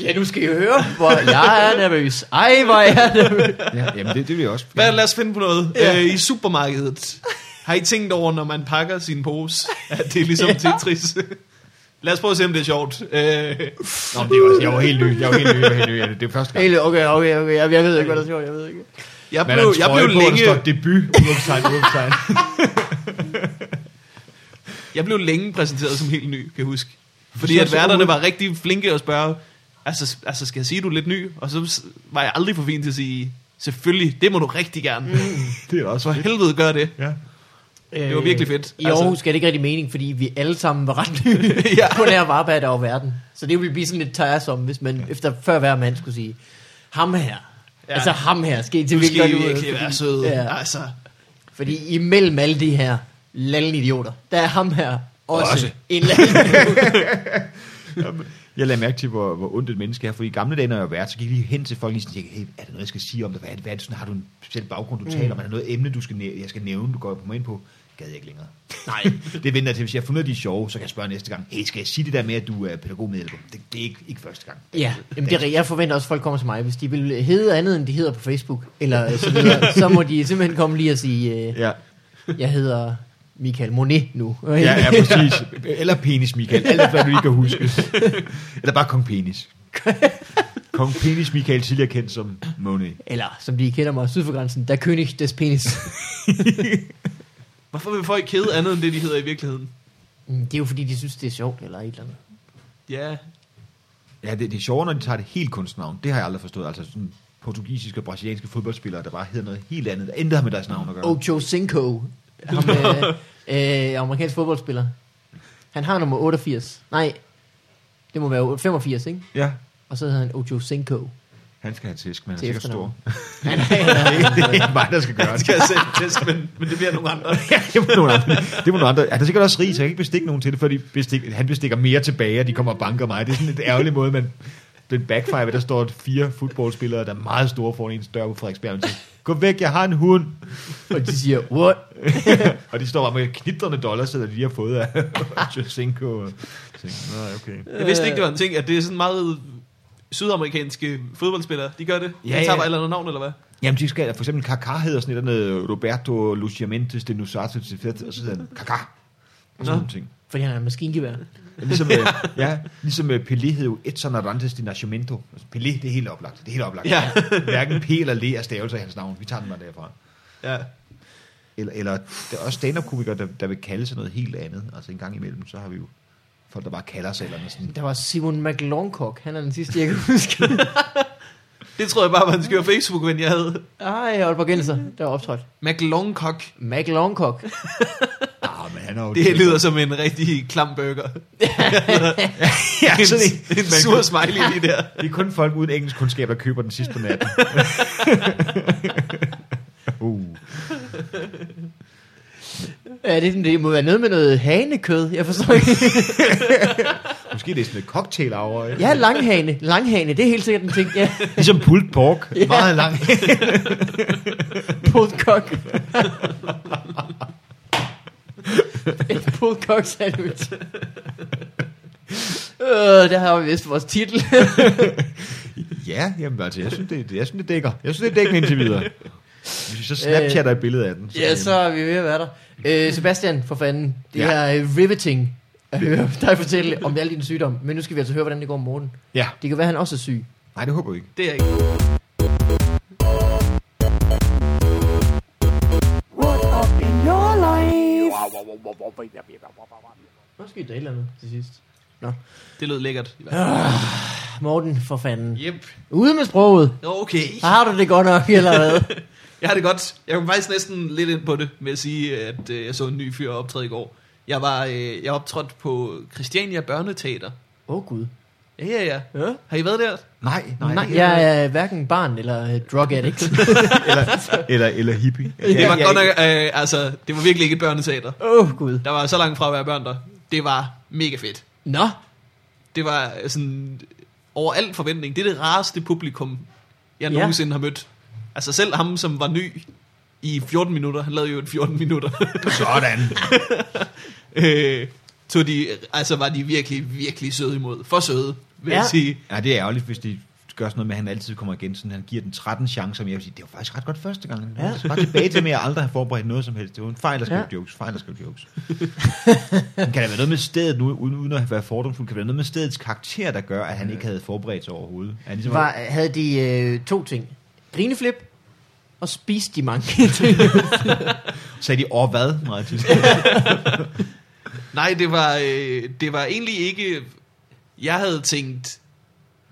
C: Ja, nu skal I høre, hvor jeg er nervøs. Ej, hvor er jeg nervøs.
B: Ja, jamen det, det vil jeg også.
A: Hvad, lad os finde på noget.
C: Ja.
A: Øh, I supermarkedet. Har I tænkt over, når man pakker sin pose, at det er ligesom Tetris? lad os prøve at se, om det er sjovt. Øh,
B: Nå, men det er også, jeg var helt ny, jeg var helt ny, jeg var helt ny. Ja, det, det er første gang.
C: Helt, okay, okay, okay. Jeg, jeg ved ikke, hvad der sker. Jeg ved ikke.
A: jeg
B: Man har
A: blev,
B: en
A: jeg
B: trøje
A: blev
B: på,
A: længe...
B: Der står debut, udopstegn, udopstegn.
A: Jeg blev længe præsenteret som helt ny, kan jeg huske. Fordi
B: Så-
A: at
B: så-
A: værterne var rigtig flinke at spørge, altså, altså skal jeg sige, du er lidt ny? Og så s- var jeg aldrig for fin til at sige, selvfølgelig, det må du rigtig gerne. Mm.
B: Det er
A: For
B: også
A: helvede gør det.
B: Ja.
A: Det var virkelig fedt.
C: Øh, I
A: Altså-
C: Aarhus gav det ikke rigtig mening, fordi vi alle sammen var ret nye
A: Ja.
C: ja. på nær Varberg og verden. Så det ville blive sådan lidt tærsom, hvis man ja. efter før hver mand skulle sige, ham her,
A: Ja.
C: ja. altså ham her, skal I til
A: Du skal
C: virkelig
A: I
C: godt ud,
A: virkelig være
C: fordi-
A: sød.
C: Ja,
A: Ja. Altså,
C: fordi imellem alle de her lallende idioter, der er ham her også,
B: Også.
C: også. en lallende
B: Jeg lagde mærke til, hvor, hvor ondt et menneske er, for i gamle dage, når jeg var vært, så gik jeg lige hen til folk og tænkte, hey, er der noget, jeg skal sige om dig? Hvad er det? Hvad er det? Sådan, har du en speciel baggrund, du mm. taler om? Er der noget emne, du skal næ- jeg skal nævne, du går på mig ind på? Gad jeg ikke længere. Nej. det venter jeg til, hvis jeg har fundet de er sjove, så kan jeg spørge næste gang, hey, skal jeg sige det der med, at du er pædagogmedhjælper? Det, det er ikke, ikke første gang.
C: Ja, jamen det, er rigtigt. jeg forventer også, at folk kommer til mig. Hvis de vil hedde andet, end de hedder på Facebook, eller øh, så, videre, så må de simpelthen komme lige og sige, øh,
B: Ja,
C: jeg hedder Michael Monet nu.
B: ja, ja præcis. Eller penis, Michael. Alt efter, hvad du lige kan huske. Eller bare kong penis. Kong penis, Michael, tidligere kendt som Monet.
C: Eller, som de kender mig syd for grænsen, der König des Penis.
A: hvorfor vil folk kede andet, end det, de hedder i virkeligheden?
C: Mm, det er jo fordi, de synes, det er sjovt, eller et eller andet.
A: Ja,
B: Ja, det, det er sjovere, når de tager det helt kunstnavn. Det har jeg aldrig forstået. Altså sådan portugisiske og brasilianske fodboldspillere, der bare hedder noget helt andet, der intet har med deres navn at gøre.
C: Ocho Cinco, ham, øh, øh, amerikansk fodboldspiller. Han har nummer 88. Nej, det må være 85, ikke?
B: Ja,
C: Og så hedder han Ocho Cinco.
B: han skal have tæsk, men han er
C: Til
B: sikkert stor.
C: efternavn. Han er,
B: det er ikke mig, der skal gøre
A: det
B: det.
A: skal jeg selv teste, men, men det bliver nogle andre.
B: Ja, det må nogle andre. Det må nogle andre. Han er sikkert også rig, så jeg kan ikke bestikke nogen til det, for de bestik, han bestikker mere tilbage, og de kommer og banker mig. Det er sådan en ærgerlig måde, man den backfire, der står fire fodboldspillere, der er meget store foran ens dør på Frederiksberg. og siger, Gå væk, jeg har en hund.
C: og de siger, what?
B: og de står bare med knitrende dollars, der de har fået af Josenko.
E: Nå, okay.
A: Jeg vidste ikke, det var en ting, at det er sådan meget sydamerikanske fodboldspillere, de gør det. Ja,
B: Ja,
A: de
B: ja.
A: tager bare et eller andet navn, eller hvad?
B: Jamen, de skal, for eksempel Kaká hedder sådan et eller andet øh, Roberto Luciamentes de Nusato til fedt, og så hedder han Kaká. Og
A: Nå.
B: sådan nogle ting.
C: Fordi han er en maskingevær.
B: Ligesom, ja. ja, ligesom øh, Pelé hed jo Edson Arantes de Nascimento. Altså, Pelé, det er helt oplagt. Det er helt oplagt.
A: Ja.
B: Hverken P eller L E er stavelser i hans navn. Vi tager den bare derfra.
A: Ja.
B: Eller, eller der er også stand-up-komikere, der, der vil kalde sig noget helt andet. Altså en gang imellem, så har vi jo folk, der bare kalder sig eller noget sådan.
C: Der var Simon McLongcock, han er den sidste, jeg kan huske.
A: Det tror jeg bare var en skør Facebook-ven, jeg havde.
C: Ej, Aalborgenser, der var optrådt.
A: McLongcock.
C: Mac Longcock.
B: Ah, men han er jo
A: Det lyder som en rigtig klam burger.
B: ja,
A: en,
B: sådan en.
A: en sur smiley lige der.
B: Det er kun folk uden engelsk kundskab, der køber den sidst på natten. uh.
C: Ja, det, er sådan, det må være noget med noget hanekød. Jeg forstår ikke.
B: Måske det er sådan et cocktail hour. ikke?
C: Ja, langhane. Langhane, det er helt sikkert en ting. Ja,
B: Ligesom pulled pork.
C: Ja.
B: Meget lang.
C: podcock. en podcock sandwich. Øh, der har vi vist vores titel.
B: ja, jamen altså, jeg synes, det, jeg synes, det dækker. Jeg synes, det dækker indtil videre. Hvis vi så snapchatter et billede af den.
C: Øh. ja, så er vi ved at være der. Øh, Sebastian, for fanden. Det
B: Ja.
C: ja. er øh, riveting at høre dig fortælle om alle dine sygdomme. Men nu skal vi altså høre, hvordan det går om morgenen.
B: Ja.
C: Det kan være, at han også er syg.
B: Nej, det håber jeg ikke.
A: Det er ikke.
D: What up in your life?
C: Nu skal vi da et eller andet til sidst.
A: Det lød lækkert.
C: Morten, for fanden.
A: Yep.
C: Ude med sproget.
A: Okay.
C: Har du det godt nok, eller hvad?
A: Jeg har det godt. Jeg kom faktisk næsten lidt ind på det med at sige, at øh, jeg så en ny fyr optræde i går. Jeg var øh, jeg optrådte på Christiania Børneteater.
C: Åh, oh, Gud.
A: Ja, ja, ja.
C: Ja.
A: Har I været der?
B: Nej, nej.
C: Nej,
B: det
C: Nej
B: kan
C: jeg er hverken barn eller øh, drug addict.
B: eller, eller, eller hippie. Ja,
A: Det var
B: ja,
A: godt nok, øh, altså, det var virkelig ikke et børneteater.
C: Åh, oh, Gud.
A: Der var så langt fra at være børn der. Det var mega fedt.
C: Nå,
A: Det var øh, sådan over al forventning. Det er det rareste publikum, jeg
C: Ja.
A: nogensinde har mødt. Altså selv ham, som var ny i 14 minutter, han lavede jo en 14 minutter,
B: Sådan.
A: øh, tog de, altså var de virkelig, virkelig søde imod. For søde, vil ja. jeg
C: Ja.
A: sige.
B: Ja, det er ærgerligt, hvis de gør sådan noget med, at han altid kommer igen. Sådan, han giver den 13 chancer, men jeg vil sige, det var faktisk ret godt første gang. Det var
C: Ja.
B: altså Bare tilbage til, at jeg aldrig har forberedt noget som helst. Det var en fejl at skrive
C: Ja.
B: jokes, fejl at skrive jokes. Men kan der være noget med stedet nu, uden, uden at være fordomsfuld, kan der være noget med stedets karakter, der gør, at han ikke havde forberedt sig overhovedet? Er han ligesom,
C: var, havde de øh, to ting. Grineflip, og spiste de mange ting.
B: sagde de, åh hvad? Meget tit.
A: Nej, det var, øh, det var egentlig ikke... Jeg havde tænkt...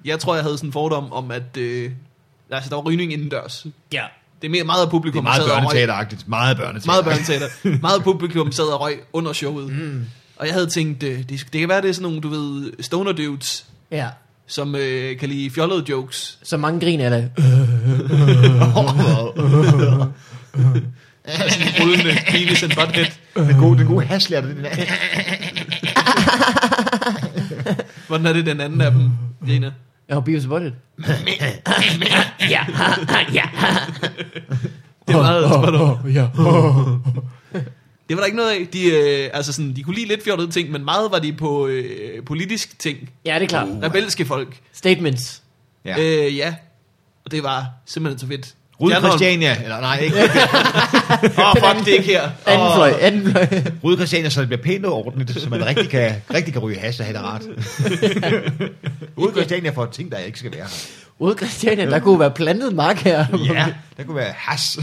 A: Jeg tror, jeg havde sådan en fordom om, at øh, altså, der var rygning indendørs.
C: ja.
A: Det er mere meget af
B: Det er
A: publikum,
B: meget
A: sad og røg.
B: børneteateragtigt. Meget børneteater.
A: Meget børneteater. meget af publikum sad og røg under showet. Mm. Og jeg havde tænkt, øh, det, det kan være, det er sådan nogle, du ved, stoner dudes,
C: Ja.
A: som øh, kan lide fjollede jokes.
C: Så mange griner er der.
A: Sådan en rullende Beavis and Butthead.
B: Den gode, den gode haslærer, det er den der.
A: Hvordan er det, den anden af dem griner?
C: Jeg har bivet spottet. ja, ja.
A: Det var meget spot on.
C: ja.
A: Det var der ikke noget af. De, øh, altså sådan, de kunne lide lidt fjollede ting, men meget var de på øh, politisk ting.
C: ja, det er klart.
A: Rebelske folk.
C: Uh. Statements.
B: Ja.
A: Ja. Øh, ja. Og det var simpelthen så fedt.
B: Ryd
A: Fjernholm.
B: Christiania. Eller nej, ikke.
A: Åh, oh, fuck, det er ikke her.
C: Anden
A: Åh.
C: fløj, anden fløj.
B: Ryd Christiania, så det bliver pænt og ordentligt, så man rigtig kan, rigtig kan ryge hash og have det rart. Ryd Christiania for ting, der ikke skal være her.
C: Ude i Christiania, der kunne være plantet mark her.
B: Ja, der kunne være hash.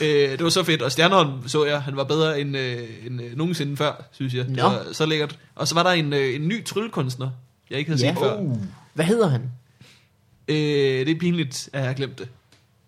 A: Øh, det var så fedt, og Stjernholm så jeg, han var bedre end, øh, end øh, nogensinde før, synes jeg. Det
C: Nå.
A: var så lækkert. Og så var der en, øh, en ny tryllekunstner, jeg ikke havde
C: Ja. Oh.
A: set før. Øh,
C: Hvad hedder han?
A: det er pinligt, at jeg har glemt det.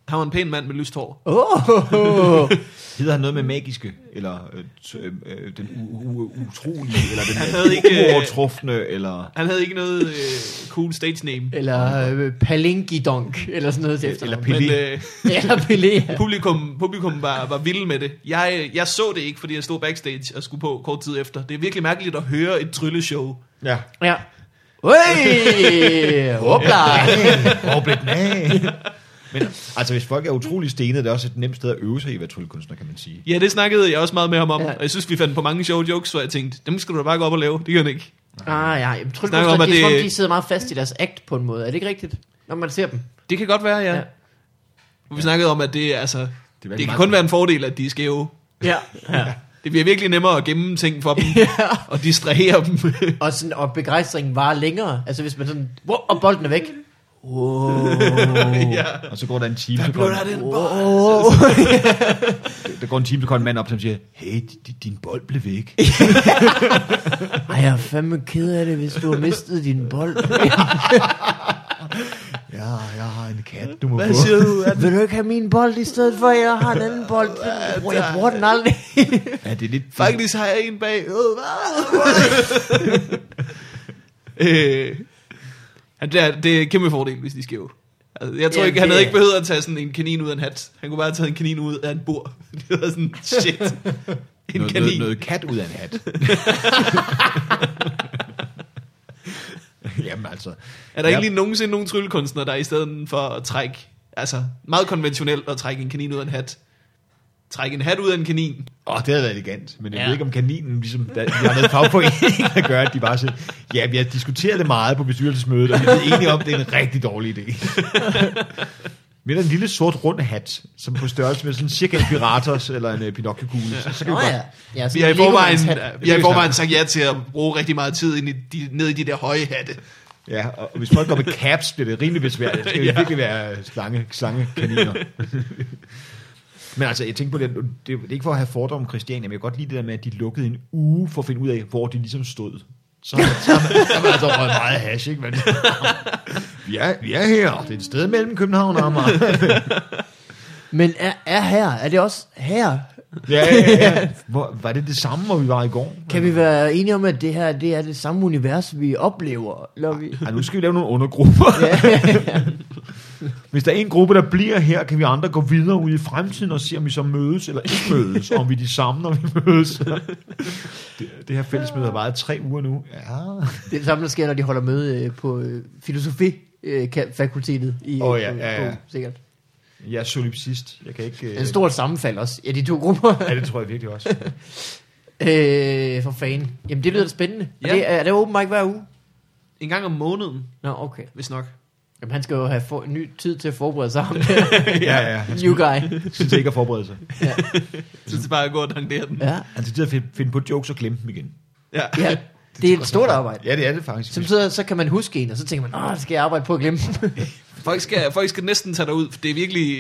A: Han var en pæn mand med lyst hår.
C: Oh,
B: Hedder han noget med magiske, eller øh, t- øh, øh, den u- u- utrolige, eller den
A: Han havde ikke, øh,
B: her uovertrufne, eller,
A: Han havde ikke noget øh, cool stage name,
C: eller øh, Palingidonk, eller sådan noget til efter.
B: eller
A: men
B: Pelé.
A: øh,
C: Eller Pelé.
A: publikum, publikum var, var vilde med det. Jeg, øh, jeg så det ikke, fordi jeg stod backstage og skulle på kort tid efter. Det er virkelig mærkeligt at høre et trylleshow.
B: Ja.
C: Ja. Øj! Hopla!
B: Hvor blev den af? Men altså, hvis folk er utrolig stenede, det er også et nemt sted at øve sig i at være tryllekunstner, kan man sige.
A: Ja, det snakkede jeg også meget med ham om,
C: Ja.
A: ja. og jeg synes, vi fandt på mange sjove jokes, hvor jeg tænkte, dem skal du da bare gå op og lave. Det gør han ikke.
C: Ah, ja. Jeg tror, det,
A: Snakker om,
C: er,
A: at
C: det... Som,
A: det-
C: de sidder meget fast i deres act på en måde. Er det ikke rigtigt, når man ser dem?
A: Det kan godt være, ja.
C: Ja.
A: ja. Vi snakkede om, at det, altså, det,
B: meget
A: det kan
B: godt.
A: kun være en fordel, at de er skæve.
C: Ja. ja.
A: Det bliver virkelig nemmere at gemme ting for dem, og distrahere dem.
C: Og, sådan, og begejstringen varer længere. Altså hvis man sådan, wow, og bolden er væk. Wow.
A: ja.
B: Og så går der en time, så
A: Blev
B: kommer,
A: der den bold?
C: wow.
B: der går en time, så kommer en mand op, som siger, hey, di- din bold blev væk.
C: Ej, jeg er fandme ked af det, hvis du har mistet din bold.
B: Ja, skat, du må
A: Hvad
B: få.
A: siger du? Er den-
C: Vil du ikke have min bold i stedet for, jeg har en anden bold? Den bruger, jeg bruger den aldrig.
B: Ja, det er lidt...
A: Faktisk har jeg en bag. Øh, hvad? øh, han, det, er, det er en kæmpe fordel, hvis de er skæve. Altså, jeg tror
C: Ja,
A: ikke, han
C: det
A: havde
C: er-
A: ikke behøvet at tage sådan en kanin ud af en hat. Han kunne bare have taget en kanin ud af en bur. Det var sådan, shit. En
B: noget,
A: kanin.
B: noget, noget kat ud af en hat. Jamen altså.
A: Er der
B: Ja.
A: ikke lige nogensinde nogen tryllekunstner, der i stedet for at trække, altså meget konventionelt at trække en kanin ud af en hat, trække en hat ud af en kanin?
B: Åh, oh, det havde været elegant, men jeg ja.
A: Ja.
B: ved ikke om kaninen, ligesom der, vi har noget fagforening, der gør, at de bare siger, ja, vi har diskuteret det meget på bestyrelsesmødet, og vi er enige om, at det er en rigtig dårlig idé. Men der er en lille sort rund hat, som på størrelse med sådan cirka en piraters eller en øh, Pinocchio-kugle. Så, så kan vi
C: Nå
B: godt,
C: ja. ja
A: Vi har i forvejen, vi har i
B: vi
A: forvejen sagt ja til at bruge rigtig meget tid ind i de, ned i de der høje hatte.
B: Ja, og hvis folk går med caps, bliver det rimelig besværligt. Det skal ja.
A: Ja.
B: virkelig være slange, slange kaniner. men altså, jeg tænker på det, det er ikke for at have fordomme om Christiania, men jeg kan godt lide det der med, at de lukkede en uge for at finde ud af, hvor de ligesom stod. Så har man, så har man, så har man altså røget meget hash, ikke? Men, vi, er, vi er her. Det er et sted mellem København og Amager.
C: Men er, er her, er det også her?
B: ja, ja, ja. Hvor, var det det samme, hvor vi var i går?
C: Kan vi være enige om, at det her det er det samme univers, vi oplever? Eller vi...
B: Ej, nu skal vi lave nogle undergrupper.
C: Ja.
B: Hvis der er en gruppe, der bliver her, kan vi andre gå videre ud i fremtiden og se, om vi så mødes eller ikke mødes, om vi er de samme, når vi mødes. Det, det her fællesmøde har varet tre uger nu. Ja.
C: Det er det samme, der sker, når de holder møde øh, på øh, filosofifakultetet. i, øh,
B: Åh, ja, ja, ja.
C: på- sikkert.
B: Jeg er solipsist. Jeg kan ikke...
C: Det
B: Øh...
C: er et stort sammenfald også, ja, de to grupper.
B: Ja, det tror jeg virkelig også.
C: øh, for fanden. Jamen, det lyder da spændende. Ja. Er,
A: Ja.
C: det, er det åben mic hver uge?
A: En gang om måneden,
C: Nå, okay.
A: hvis nok.
C: Jamen, han skal jo have for, ny tid til at forberede sig. ham.
B: ja, ja.
C: New guy.
B: Jeg synes ikke at forberede sig.
A: Så det er bare at gå og dankere den.
C: Ja.
B: Han skal til at fin- finde på jokes og glemme dem igen.
A: Ja.
C: ja. Det er et stort arbejde.
B: Ja, det er det faktisk.
C: Som så, så kan man huske en, og så tænker man, åh, det skal jeg arbejde på at glemme.
A: Folk, skal, folk skal næsten tage dig ud, for det, er virkelig,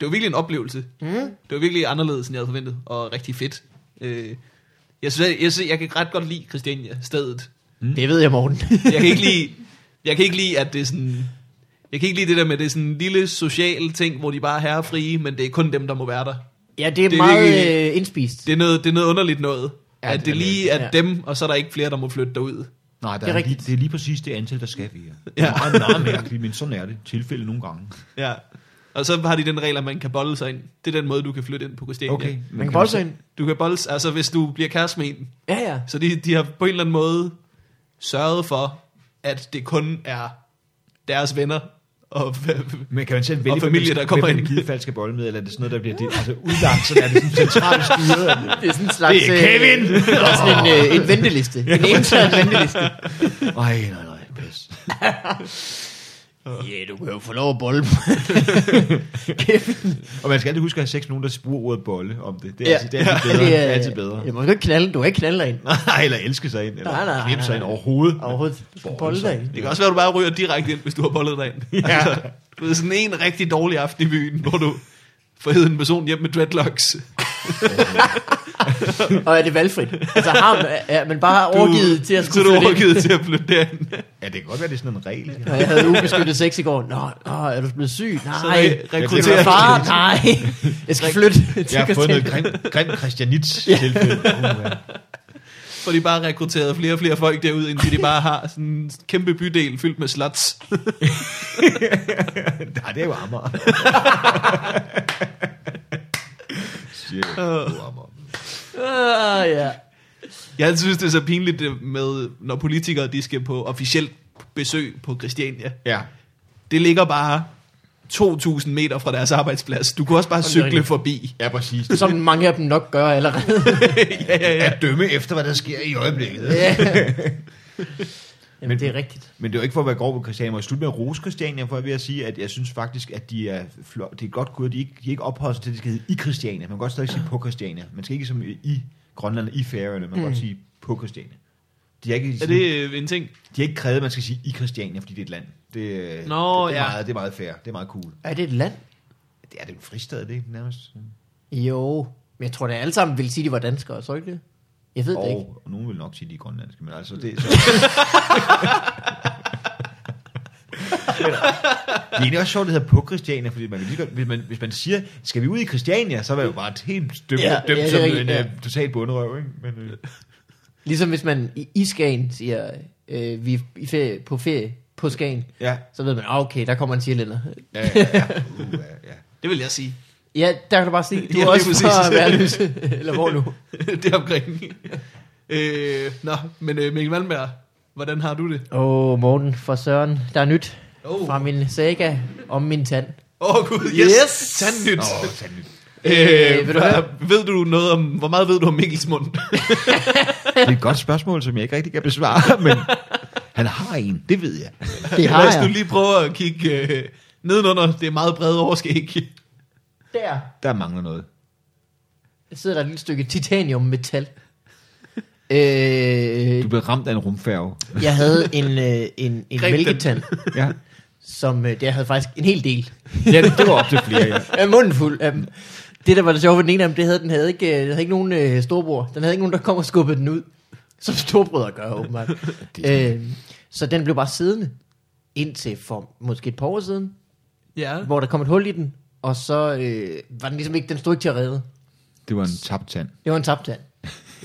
A: det var virkelig en oplevelse. Mm. Det var virkelig anderledes, end jeg havde forventet, og rigtig fedt. Øh, jeg, synes, jeg, jeg, synes, jeg kan ret godt lide Christiania, stedet.
C: det ved jeg, Morten.
A: Jeg kan ikke lide, jeg kan ikke lide at det er sådan... Jeg kan ikke lide det der med, at det er sådan en lille social ting, hvor de bare er herrefrie, men det er kun dem, der må være der.
C: ja, det er, det
A: Det
C: er
A: er
C: meget
A: virkelig-
C: øh, indspist.
A: Det er noget, det er noget underligt noget.
B: Ja,
A: Ja, at
B: det
A: det,
B: er
A: lige er
C: det.
A: dem, og så er der ikke flere, der må flytte derud.
B: Nej, der
C: Det
B: det,
C: er
B: er lige,
C: rigtigt.
B: det er lige præcis det antal, der skal være. Ja. Det
A: Ja.
B: er meget, meget mærkeligt, men sådan er det. Tilfælde nogle gange.
A: Ja. Og så har de den regel, at man kan bolle sig ind. Det er den måde, du kan flytte ind på Christiania.
B: Okay. men
C: Man kan
B: man
C: bolde sig
B: så-
C: ind.
A: Du kan bolles, altså hvis du bliver kæreste med en,
C: Ja, ja.
A: Så de, de har på en eller anden måde sørget for, at det kun er deres venner. Og,
B: Men kan man selv vælge,
A: Og familie,
B: hvem-
A: der kommer
B: hvem
A: ind.
B: man i givet fald skal bolle med, eller er det sådan noget, der bliver det, altså udlagt, så er det sådan centralt styret? at-
C: Det er sådan en slags...
B: Det er Kevin!
C: Øh, der er sådan en, øh, en venteliste. En intern venteliste.
B: Ej, nej, nej, pis.
C: Ja, yeah, du kan jo få lov at bolle. Kevin.
B: Og man skal altid huske at have sex med nogen, der bruger ordet bolle om det. Det er,
C: Ja.
B: ja. altid, det er altid bedre. Ja, det er altid bedre.
C: Jeg må ikke knalde, du har ikke knaldet dig ind.
B: Nej, eller elske sig ind, eller
C: Nej,
B: nej,
C: nej,
B: nej, knæppe sig
C: nej,
B: ind
C: nej.
B: overhovedet.
C: Overhovedet. Du skal bolle dig ind.
A: det kan også være, at du bare ryger direkte ind, hvis du har bollet dig ind. Ja. Altså, du ved, sådan en rigtig dårlig aften i byen, hvor du får hed en person hjem med dreadlocks.
C: Og er det valgfrit? Altså har man, er man bare
A: Du-
C: overgivet til at
A: så er
C: skulle
A: du
C: flytte ind?
A: overgivet til at flytte derind.
B: Ja, det kan godt være, det er sådan en regel. Ja.
C: Og jeg havde ubeskyttet sex i går. Nå, åh, er du blevet syg?
A: Så
C: Nej.
A: re-
C: Det er
A: rekrutterer
C: far. Nej. Jeg skal flytte til
B: Jeg har fået noget
C: Christiania.
B: grim, grim Christianits tilfælde. Uha.
A: får de bare rekrutteret flere og flere folk derud, indtil de bare har sådan en kæmpe bydel fyldt med sluts.
B: Nej, det er jo Amager. Shit, det er jo Amager.
C: Ah, ja.
A: Jeg altid synes, det er så pinligt det med, når politikere de skal på officielt besøg på Christiania.
B: Ja,
A: Det ligger bare 2.000 meter fra deres arbejdsplads. Du kunne også bare cykle
C: rigtigt.
A: forbi.
B: ja præcis.
C: Som mange af dem nok gør allerede.
A: ja, ja, ja.
B: At dømme efter, hvad der sker i øjeblikket.
C: Ja. Jamen, det er rigtigt.
B: Men det er jo ikke for at være grov på Christiania. Må jeg slutte med at rose Christiania, for jeg vil at sige, at jeg synes faktisk, at de er flot. Det er godt gået, at de ikke, de ikke opholder sig til, at de skal hedde i Christiania. Man kan godt stadig sige på Christiania. Man skal ikke som i Grønland og i Færøerne. Man kan godt sige på Christiania. De har ikke,
A: Er det øh, en ting?
B: de har ikke krævet, at man skal sige i Christiania, fordi det er et land. Det, Nå, det, det, er,
A: Nå, ja.
B: meget, det er meget fair. Det er meget cool.
C: Er det et land?
B: Det er det er en fristad, det er nærmest.
C: Jo. Men jeg tror, da alle sammen ville sige, de var danskere, så ikke det? Jeg ved det ikke.
B: Og, og nogen vil nok sige, de er grønlandske, men altså det er så... Det er egentlig også sjovt, det hedder på Christiania, fordi man kan lige godt, hvis, man, hvis man siger, skal vi ud i Christiania, så er man jo bare helt dømt,
C: Ja,
B: ja, dømt
C: ja, det er
B: som
C: rigtigt,
B: en
C: ja.
B: ja. total bunderøv. Ikke? Men, øh,
C: Ligesom hvis man i, i Skagen siger, øh, vi er i ferie, på ferie på Skagen,
B: ja,
C: så ved man, ah, okay, der kommer en sjællænder.
B: ja, ja, ja, uh, ja, ja.
A: Det vil jeg sige.
C: Ja, der kan du bare sige, du
A: Ja,
C: er
A: lige
C: også fra
A: præcis.
C: Værløse, eller hvor nu.
A: det er omkring. øh, nå, men øh, Mikkel Malmberg, hvordan har du det?
C: Åh, oh, Morten, for Søren, der er nyt
A: Åh.
C: fra min saga om min tand.
A: Åh oh, gud, yes!
C: Yes!
A: yes. Tandnyt.
B: Nå,
A: Oh.
B: sandelig.
A: Øh,
C: Øh,
A: ved,
C: ved
A: du
C: du
A: ved du noget om, hvor meget ved du om Mikkels mund?
B: Det er et godt spørgsmål, som jeg ikke rigtig kan besvare, men han har en, det ved jeg.
C: Det har
A: Hvis du
C: jeg.
A: lige prøver at kigge øh, nedenunder, det er meget brede overskæg.
C: Der
B: Der mangler noget.
C: sidder der et lille stykke titaniummetal. Øh,
B: Du blev ramt af en rumfærge.
C: jeg havde en, øh, en, en
A: Greb den.
C: mælketand,
B: Ja,
C: som øh, det havde faktisk en hel del.
B: ja det var op til flere, ja.
C: af munden fuld af dem. Det, der var det sjove ved den ene af dem, det havde, den havde ikke, øh, den havde ikke nogen øh, storbror. Den havde ikke nogen, der kom og skubbede den ud. Som storbrødre gør, åbenbart. øh, så den blev bare siddende indtil for måske et par år siden,
A: Ja.
C: hvor der kom et hul i den, og så øh, var den ligesom ikke, den stod ikke til at redde.
B: Det var en tabt tand.
C: Det var en tabt tand.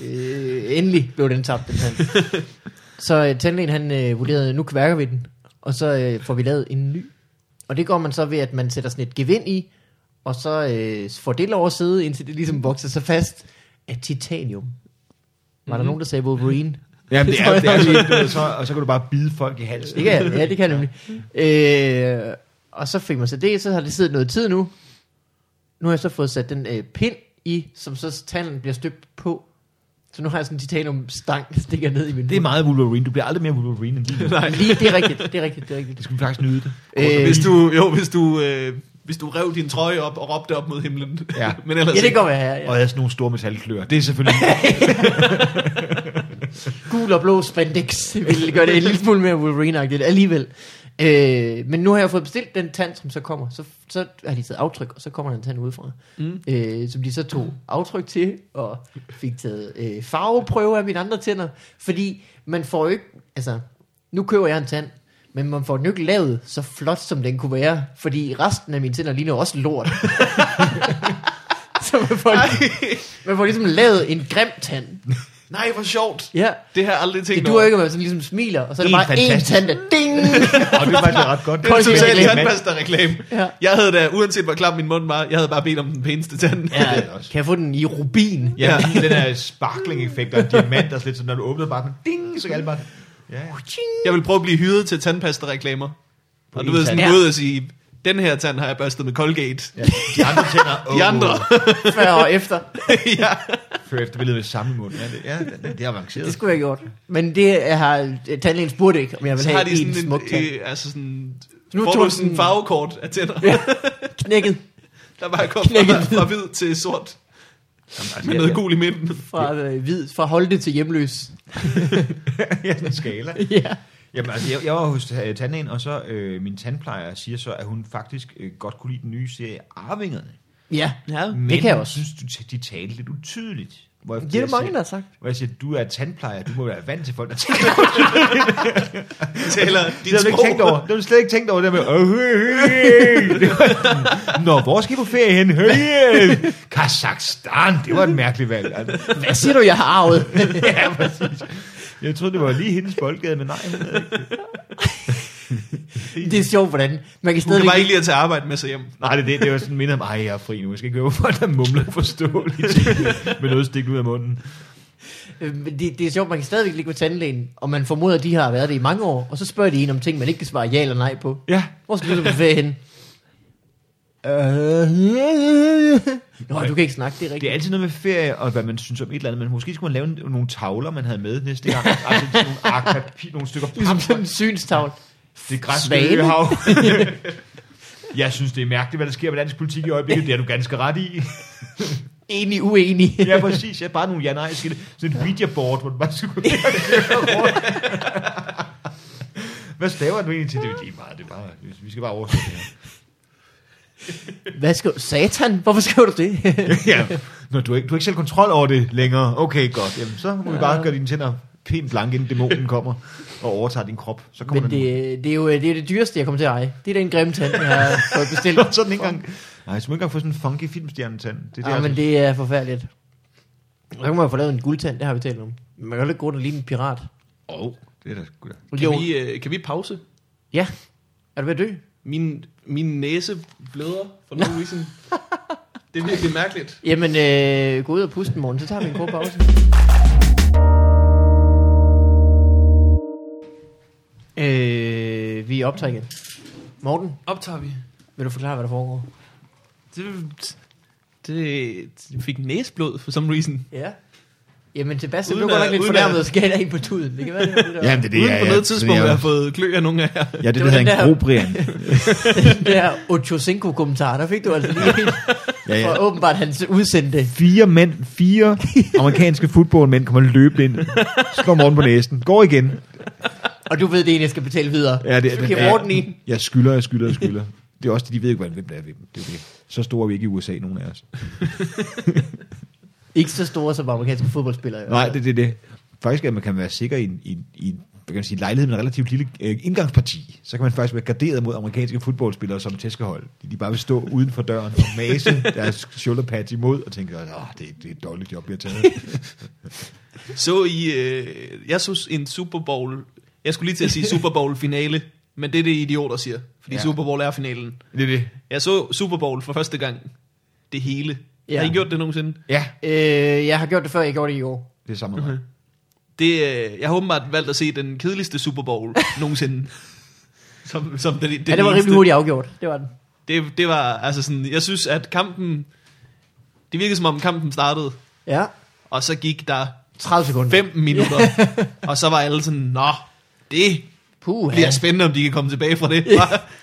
C: øh, endelig blev den tabt, den tand. så øh, tandlægen, han øh, vurderede, nu kværker vi den, og så øh, får vi lavet en ny. Og det gør man så ved, at man sætter sådan et gevind i, og så øh, får det lov at sidde, indtil det ligesom vokser sig fast af titanium. Var der nogen, der sagde Wolverine?
B: Jamen, det
C: tror
B: er,
C: jeg
B: det er
C: nok.
B: sådan, du ved, så, og så kan du bare bide folk i halsen.
C: Det kan jeg, Altså, ja, det kan jeg nemlig. Øh, og så fik man så det, så har det siddet noget tid nu. Nu har jeg så fået sat den øh, pind i, som så tanden bliver støbt på. Så nu har jeg sådan en titaniumstang, der stikker ned i min
B: Det er
C: mund.
B: meget Wolverine. Du bliver aldrig mere Wolverine end lige nu.
A: Nej.
C: Lige, det er rigtigt, det er rigtigt, det er
B: Det
C: rigtigt.
B: skulle vi faktisk nyde det.
C: Øh,
A: Hvis du, jo, hvis du, øh, hvis du rev din trøje op og råbte op mod himlen.
B: Ja.
A: Men ellers
C: ja, det
A: ikke.
C: går være her.
B: Og
C: Ja.
B: jeg har sådan nogle store metalklør. Det er selvfølgelig...
C: Gul og blå spandex ville gøre det en lille smule mere Wolverine-agtigt alligevel. Øh, men nu har jeg fået bestilt den tand, som så kommer. Så, så har de taget aftryk, og så kommer der en tand udefra.
A: Mm.
C: øh, som de så tog aftryk til, og fik taget øh, farveprøve af mine andre tænder, fordi man får jo ikke, altså, nu køber jeg en tand, men man får den jo ikke lavet så flot, som den kunne være, fordi resten af mine tænder ligner også lort. så man får, man får ligesom lavet en grim tand.
A: Nej, hvor sjovt.
C: Ja.
A: Det har jeg aldrig tænkt
C: Det duer ikke, at man sådan ligesom smiler, og så er det
B: Helt
C: bare én
B: fantastisk.
C: tand, der ding!
B: og det er faktisk ret godt.
A: Det er en total
C: Reklame.
A: tandpasta-reklame.
C: Ja.
A: Jeg havde da, uanset hvor klam min mund var, jeg havde bare bedt om den pæneste tand.
B: Ja, det er det også.
C: Kan jeg få den i rubin?
B: Ja,
A: Ja.
B: lige den her sparkling-effekt og diamant, der er lidt sådan, når du åbner bare, men ding, så kan alle bare... Ja,
A: Jeg vil prøve at blive hyret til tandpasta-reklamer. Og du
B: én
A: ved, sådan
C: tand.
A: en måde at sige, den her tand har jeg børstet med Colgate.
B: ja. De andre tænder, oh,
A: De andre.
C: Før og efter.
A: ja.
B: Før efter billedet med samme mund. Ja, det, ja, det, det er avanceret.
C: Det skulle jeg have gjort. Men det jeg har tandlægen spurgte ikke, om jeg
A: Så
C: ville
A: har
C: have
A: de
C: en, en
A: sådan
C: smuk
A: en,
C: tand.
A: øh, altså sådan,
C: Nu
A: nu får
C: tog
A: du sådan
C: den-
A: en farvekort af tænder,
C: knækket
A: der bare går fra, fra hvid til sort.
B: Jamen, altså,
A: Med
B: jeg-
A: noget gul i midten.
C: fra øh, hvid, fra Holte til hjemløs.
B: Ja, sådan en skala.
C: ja.
B: Jamen, altså, jeg, jeg var hos øh, tandlægen, og så øh, min tandplejer siger så, at hun faktisk øh, godt kunne lide den nye serie Arvingerne.
C: Ja,
A: Ja.
B: Men
C: det kan jeg
B: hun
C: også.
B: synes, du, de talte lidt utydeligt. Hvor
C: Det er der mange, der har sagt.
B: Hvor jeg siger, du er tandplejer, du må være vant til folk, der taler
A: Taler dit
B: Det har du ikke
A: sprog.
B: tænkt over. Det har du slet ikke tænkt over, det med, oh, hey, hey. Det var sådan, Nå, hvor skal I på ferie hen? Hey, hey. Kazakhstan, det var et mærkeligt valg. Altså,
C: Hvad siger du, jeg har arvet?
B: ja, præcis. Jeg troede, det var lige hendes boldgade, men nej. hun havde ikke-
C: det er sjovt, hvordan man kan
A: Du kan
C: stadigvæk...
A: bare ikke lige at tage arbejde med sig hjem.
B: Nej, det, er det, det var sådan minder om, ej, jeg er fri nu. Jeg skal ikke høre, folk der mumler forståeligt med noget stik ud af munden.
C: Øh, men det, det, er sjovt, man kan stadigvæk ligge ved tandlægen, og man formoder, at de har været det i mange år, og så spørger de en om ting, man ikke kan svare ja eller nej på.
B: Ja,
C: Hvor skal du så på ferie hen? Øh, Nå, du kan ikke snakke, det er rigtigt.
B: det er altid noget med ferie og hvad man synes om et eller andet, men måske skulle man lave nogle tavler, man havde med næste gang. Altså sådan nogle ark, papir, nogle stykker
C: Ligesom
B: papir.
C: sådan en synstavl.
B: Det græske
C: Svane.
B: øhav. Jeg synes, det er mærkeligt, hvad der sker med dansk politik i øjeblikket. Det er du ganske ret i.
C: Enig, uenig.
B: Ja, præcis. Ja, bare nogle ja-nej skilte. Sådan et Ouija-board, hvor du bare skulle gå ned og køre rundt. Hvad staver du egentlig til? Det er jo lige meget. Det er bare, vi skal bare oversætte det her.
C: Hvad skriver Satan? Hvorfor skriver du det?
B: Ja. Nå, du, har ikke, du har ikke selv kontrol over det længere. Okay, godt. Jamen, så må vi bare gøre dine tænder pænt blank, inden dæmonen kommer og overtager din krop. Så kommer
C: Men
B: den ud.
C: det, det, er jo øh, det, er det dyreste, jeg kommer til at eje. Det er den grimme tand, jeg har fået bestilt.
B: Og så er den ikke engang... Nej, så må ikke engang få sådan en funky filmstjernetand. Det altså. er
C: Ja,
B: der,
C: Ah, men det er forfærdeligt. Så kan man jo få lavet en guldtand, det har vi talt om. Man kan jo ikke gå rundt og ligne en pirat.
B: Oh, det er da sgu da.
A: Kan vi, øh, kan vi pause?
C: Ja. Er du ved at dø?
A: Min, min næse bløder for nogen reason. Det er virkelig mærkeligt.
C: Jamen, øh, gå ud og puste en morgen, så tager vi en kort pause. øh, vi optager igen. Morten,
A: Optager vi.
C: vil du forklare, hvad der foregår?
A: Det, det, det fik næsblod for some reason.
C: Ja. Jamen, Sebastian
A: Uden
C: blev godt
A: at-
C: nok lidt
A: uden
C: fornærmet
A: at-
C: og skal ind på tuden. Det kan være, det var det, der var.
B: Jamen, det er det,
A: Uden
B: jeg-
A: på
B: jeg-
A: noget tidspunkt,
B: jeg-
A: jeg har fået klø af nogen af jer.
B: Ja, det, det,
C: var
B: det hedder
C: den
B: en
C: der-
B: grobrian.
C: Den der Ochocinco-kommentar, der fik du altså lige en
B: Ja,
C: for
B: ja.
C: åbenbart hans udsendte.
B: Fire mænd, fire amerikanske fodboldmænd kommer løbende ind, slår Morten på næsen, går igen.
C: Og du ved, det er en, jeg skal betale videre.
B: Ja, det,
C: Så
B: det,
C: giver
B: ja,
C: Morten en.
B: Jeg skylder, jeg skylder, jeg skylder. Det er også det, de ved ikke, hvordan- hvem der er ved dem. Det er det. Så store er vi ikke i USA, nogen af os.
C: Ikke så store som amerikanske fodboldspillere.
B: Nej, det er det, det. Faktisk, at man kan være sikker i en, i, en- i en- hvad kan man sige, lejlighed med en relativt lille øh, indgangsparti. Så kan man faktisk være garderet mod amerikanske fodboldspillere som tæskehold. De, de bare vil stå uden for døren og mase deres shoulder pads imod og tænke, åh, det, det er et dårligt job, jeg har taget.
A: Så I, øh, jeg synes en Super Bowl, jeg skulle lige til at sige Super Bowl finale, men det er det idioter siger, fordi
B: Ja.
A: ja. Super Bowl er finalen.
B: det er det.
A: Jeg så Super Bowl for første gang, det hele.
C: Ja.
A: Ja. Har I gjort det nogensinde?
B: Ja,
C: Øh, jeg har gjort det før, jeg gjorde det i år.
B: det er samme mm-hmm.
A: Det, øh, jeg har åbenbart valgt at se den kedeligste Super Bowl nogensinde. Som, som den, den
C: ja, det var
A: eneste.
C: rimelig hurtigt afgjort. Det var den.
A: Det, det var altså sådan, jeg synes, at kampen, det virkede som om kampen startede,
C: Ja,
A: og så gik der
C: 30 sekunder.
A: 5 minutter, og så var alle sådan, nå, det
C: Puh,
A: bliver
C: ja.
A: spændende, om de kan komme tilbage fra det.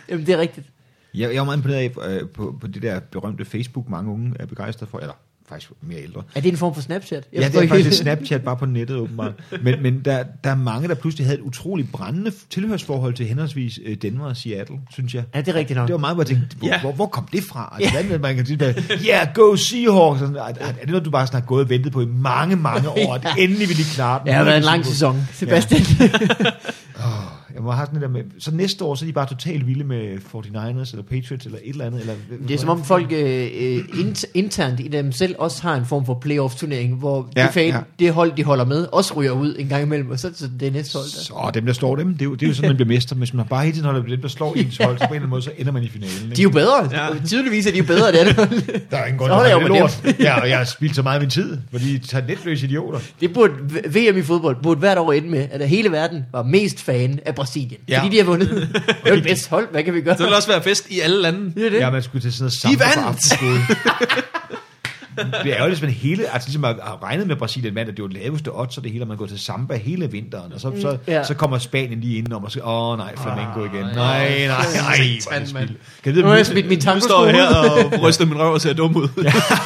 C: Jamen, det er rigtigt.
B: Jeg, jeg var meget imponeret af øh, på, på det der berømte Facebook, mange unge er begejstret for, eller faktisk mere ældre.
C: Er det en form for Snapchat?
B: Jeg ja, det
C: forstår
B: er
C: ikke
B: faktisk et
C: helt-
B: Snapchat bare på nettet åbenbart. Men, men der, der er mange, der pludselig havde et utroligt brændende tilhørsforhold til henholdsvis øh, Denver og Seattle, synes jeg.
C: Ja, det er rigtigt nok.
B: Det var meget, hvor jeg tænkte, hvor,
A: Ja.
B: hvor, hvor kom det fra? Altså, hvordan vil man kan sige, yeah, go Seahawks! Og sådan, er, er det noget, du bare sådan har gået og ventet på i mange, mange år, at endelig ville de klare den?
C: Ja, det har været en
B: Nu er
C: lang
B: de
C: sæson, Sebastian.
B: Åh, Jeg må have sådan det der med, så næste år, så er de bare totalt vilde med 49ers, eller Patriots, eller et eller andet. Eller,
C: Det er som om folk øh, øh, int- internt i dem selv også har en form for playoff-turnering, hvor ja,
B: Ja,
C: det, fan, ja.
B: ja.
C: det hold, de holder med, også ryger ud en gang imellem, og så er det så det næste hold. Der.
B: Så og dem, der slår dem, det er jo, det er jo sådan, man bliver mester. Men Hvis man bare hele tiden holder på dem, der slår ens hold, så på en eller anden måde, så ender man i finalen.
C: De er jo bedre.
A: Ja.
C: Ja. Tydeligvis er de jo bedre, det andet hold.
B: Der er ingen grund
C: Så holder
B: til at
C: jeg
B: holde
C: jo
B: lort. Ja, og jeg har spildt så meget af min tid, fordi de tager netløse idioter.
C: Det burde, VM i fodbold burde hvert år ende med, at hele verden var mest fan af Brasilien. Ja.
B: Ja.
C: Fordi de har vundet. Det er jo det bedste hold, hvad kan vi gøre?
A: Så vil der også være fest i alle lande.
C: Det er det.
B: Ja, man skulle til sådan noget
A: De
B: samba på
A: vandt!
B: aftenskole. Det er jo ligesom en hele, altså ligesom at have regnet med Brasilien vandt, at det var det laveste odds, og det hele, og man går til samba hele vinteren, og så, så,
C: Mm. ja. Ah,
B: ja. så kommer Spanien lige indenom og siger, åh oh, nej, flamenco igen. Nej, nej, nej, hvor er det
A: Satan, mand.
B: spild. Kan det
C: Nu har jeg
B: vide,
C: smidt min
A: Nu står
C: tankosko
A: jeg her
C: her.
A: og ryster min røv og ser dum ud.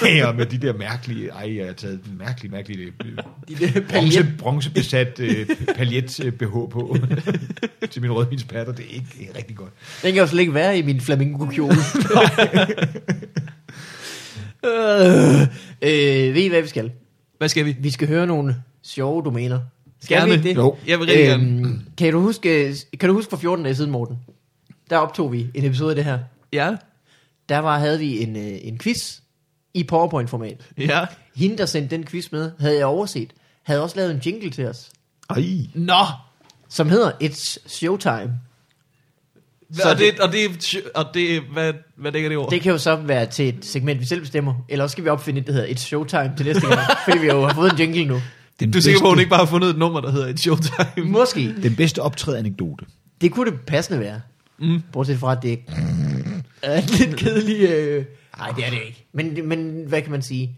B: Ja, og med de der mærkelige, ej, jeg har taget en mærkelig, mærkelig øh,
C: De der
B: bronze,
C: paljet.
B: bronzebesat øh, paljet øh, BH på til min rødvinspatter. Det er ikke det er rigtig godt.
C: Den kan jo slet ikke være i min flamingo-kjole. øh, øh, ved I, hvad vi skal?
A: Hvad skal vi?
C: Vi skal høre nogle sjove domæner. Skal
A: Gerne.
C: vi ikke det?
B: Jo.
A: Jeg vil rigtig
C: Øhm.
A: gerne.
C: kan, du huske, kan du huske for 14 dage siden, Morten? Der optog vi en episode af det her.
A: Ja,
C: Der var, havde vi en, øh, en quiz i PowerPoint-format.
A: ja.
C: Hende, der sendte den quiz med, havde jeg overset, havde også lavet en jingle til os,
B: Ej.
A: Nå!
C: som hedder It's Showtime.
A: Så og det, og det, og det, hvad, hvad dækker det over?
C: Det kan jo så være til et segment, vi selv bestemmer, eller også skal vi opfinde et, der hedder It's Showtime til næste gang, fordi vi jo har fået en jingle nu.
B: Den
A: Du er sikker på, at hun
B: bedste-
A: ikke bare har fundet et nummer, der hedder et showtime?
C: Måske.
B: Den bedste optrædanekdote.
C: Det kunne det passende være.
A: Mm.
C: Bortset fra, at det er en lidt kedelig... Nej, øh... Ej, det er det ikke. Men, men hvad kan man sige?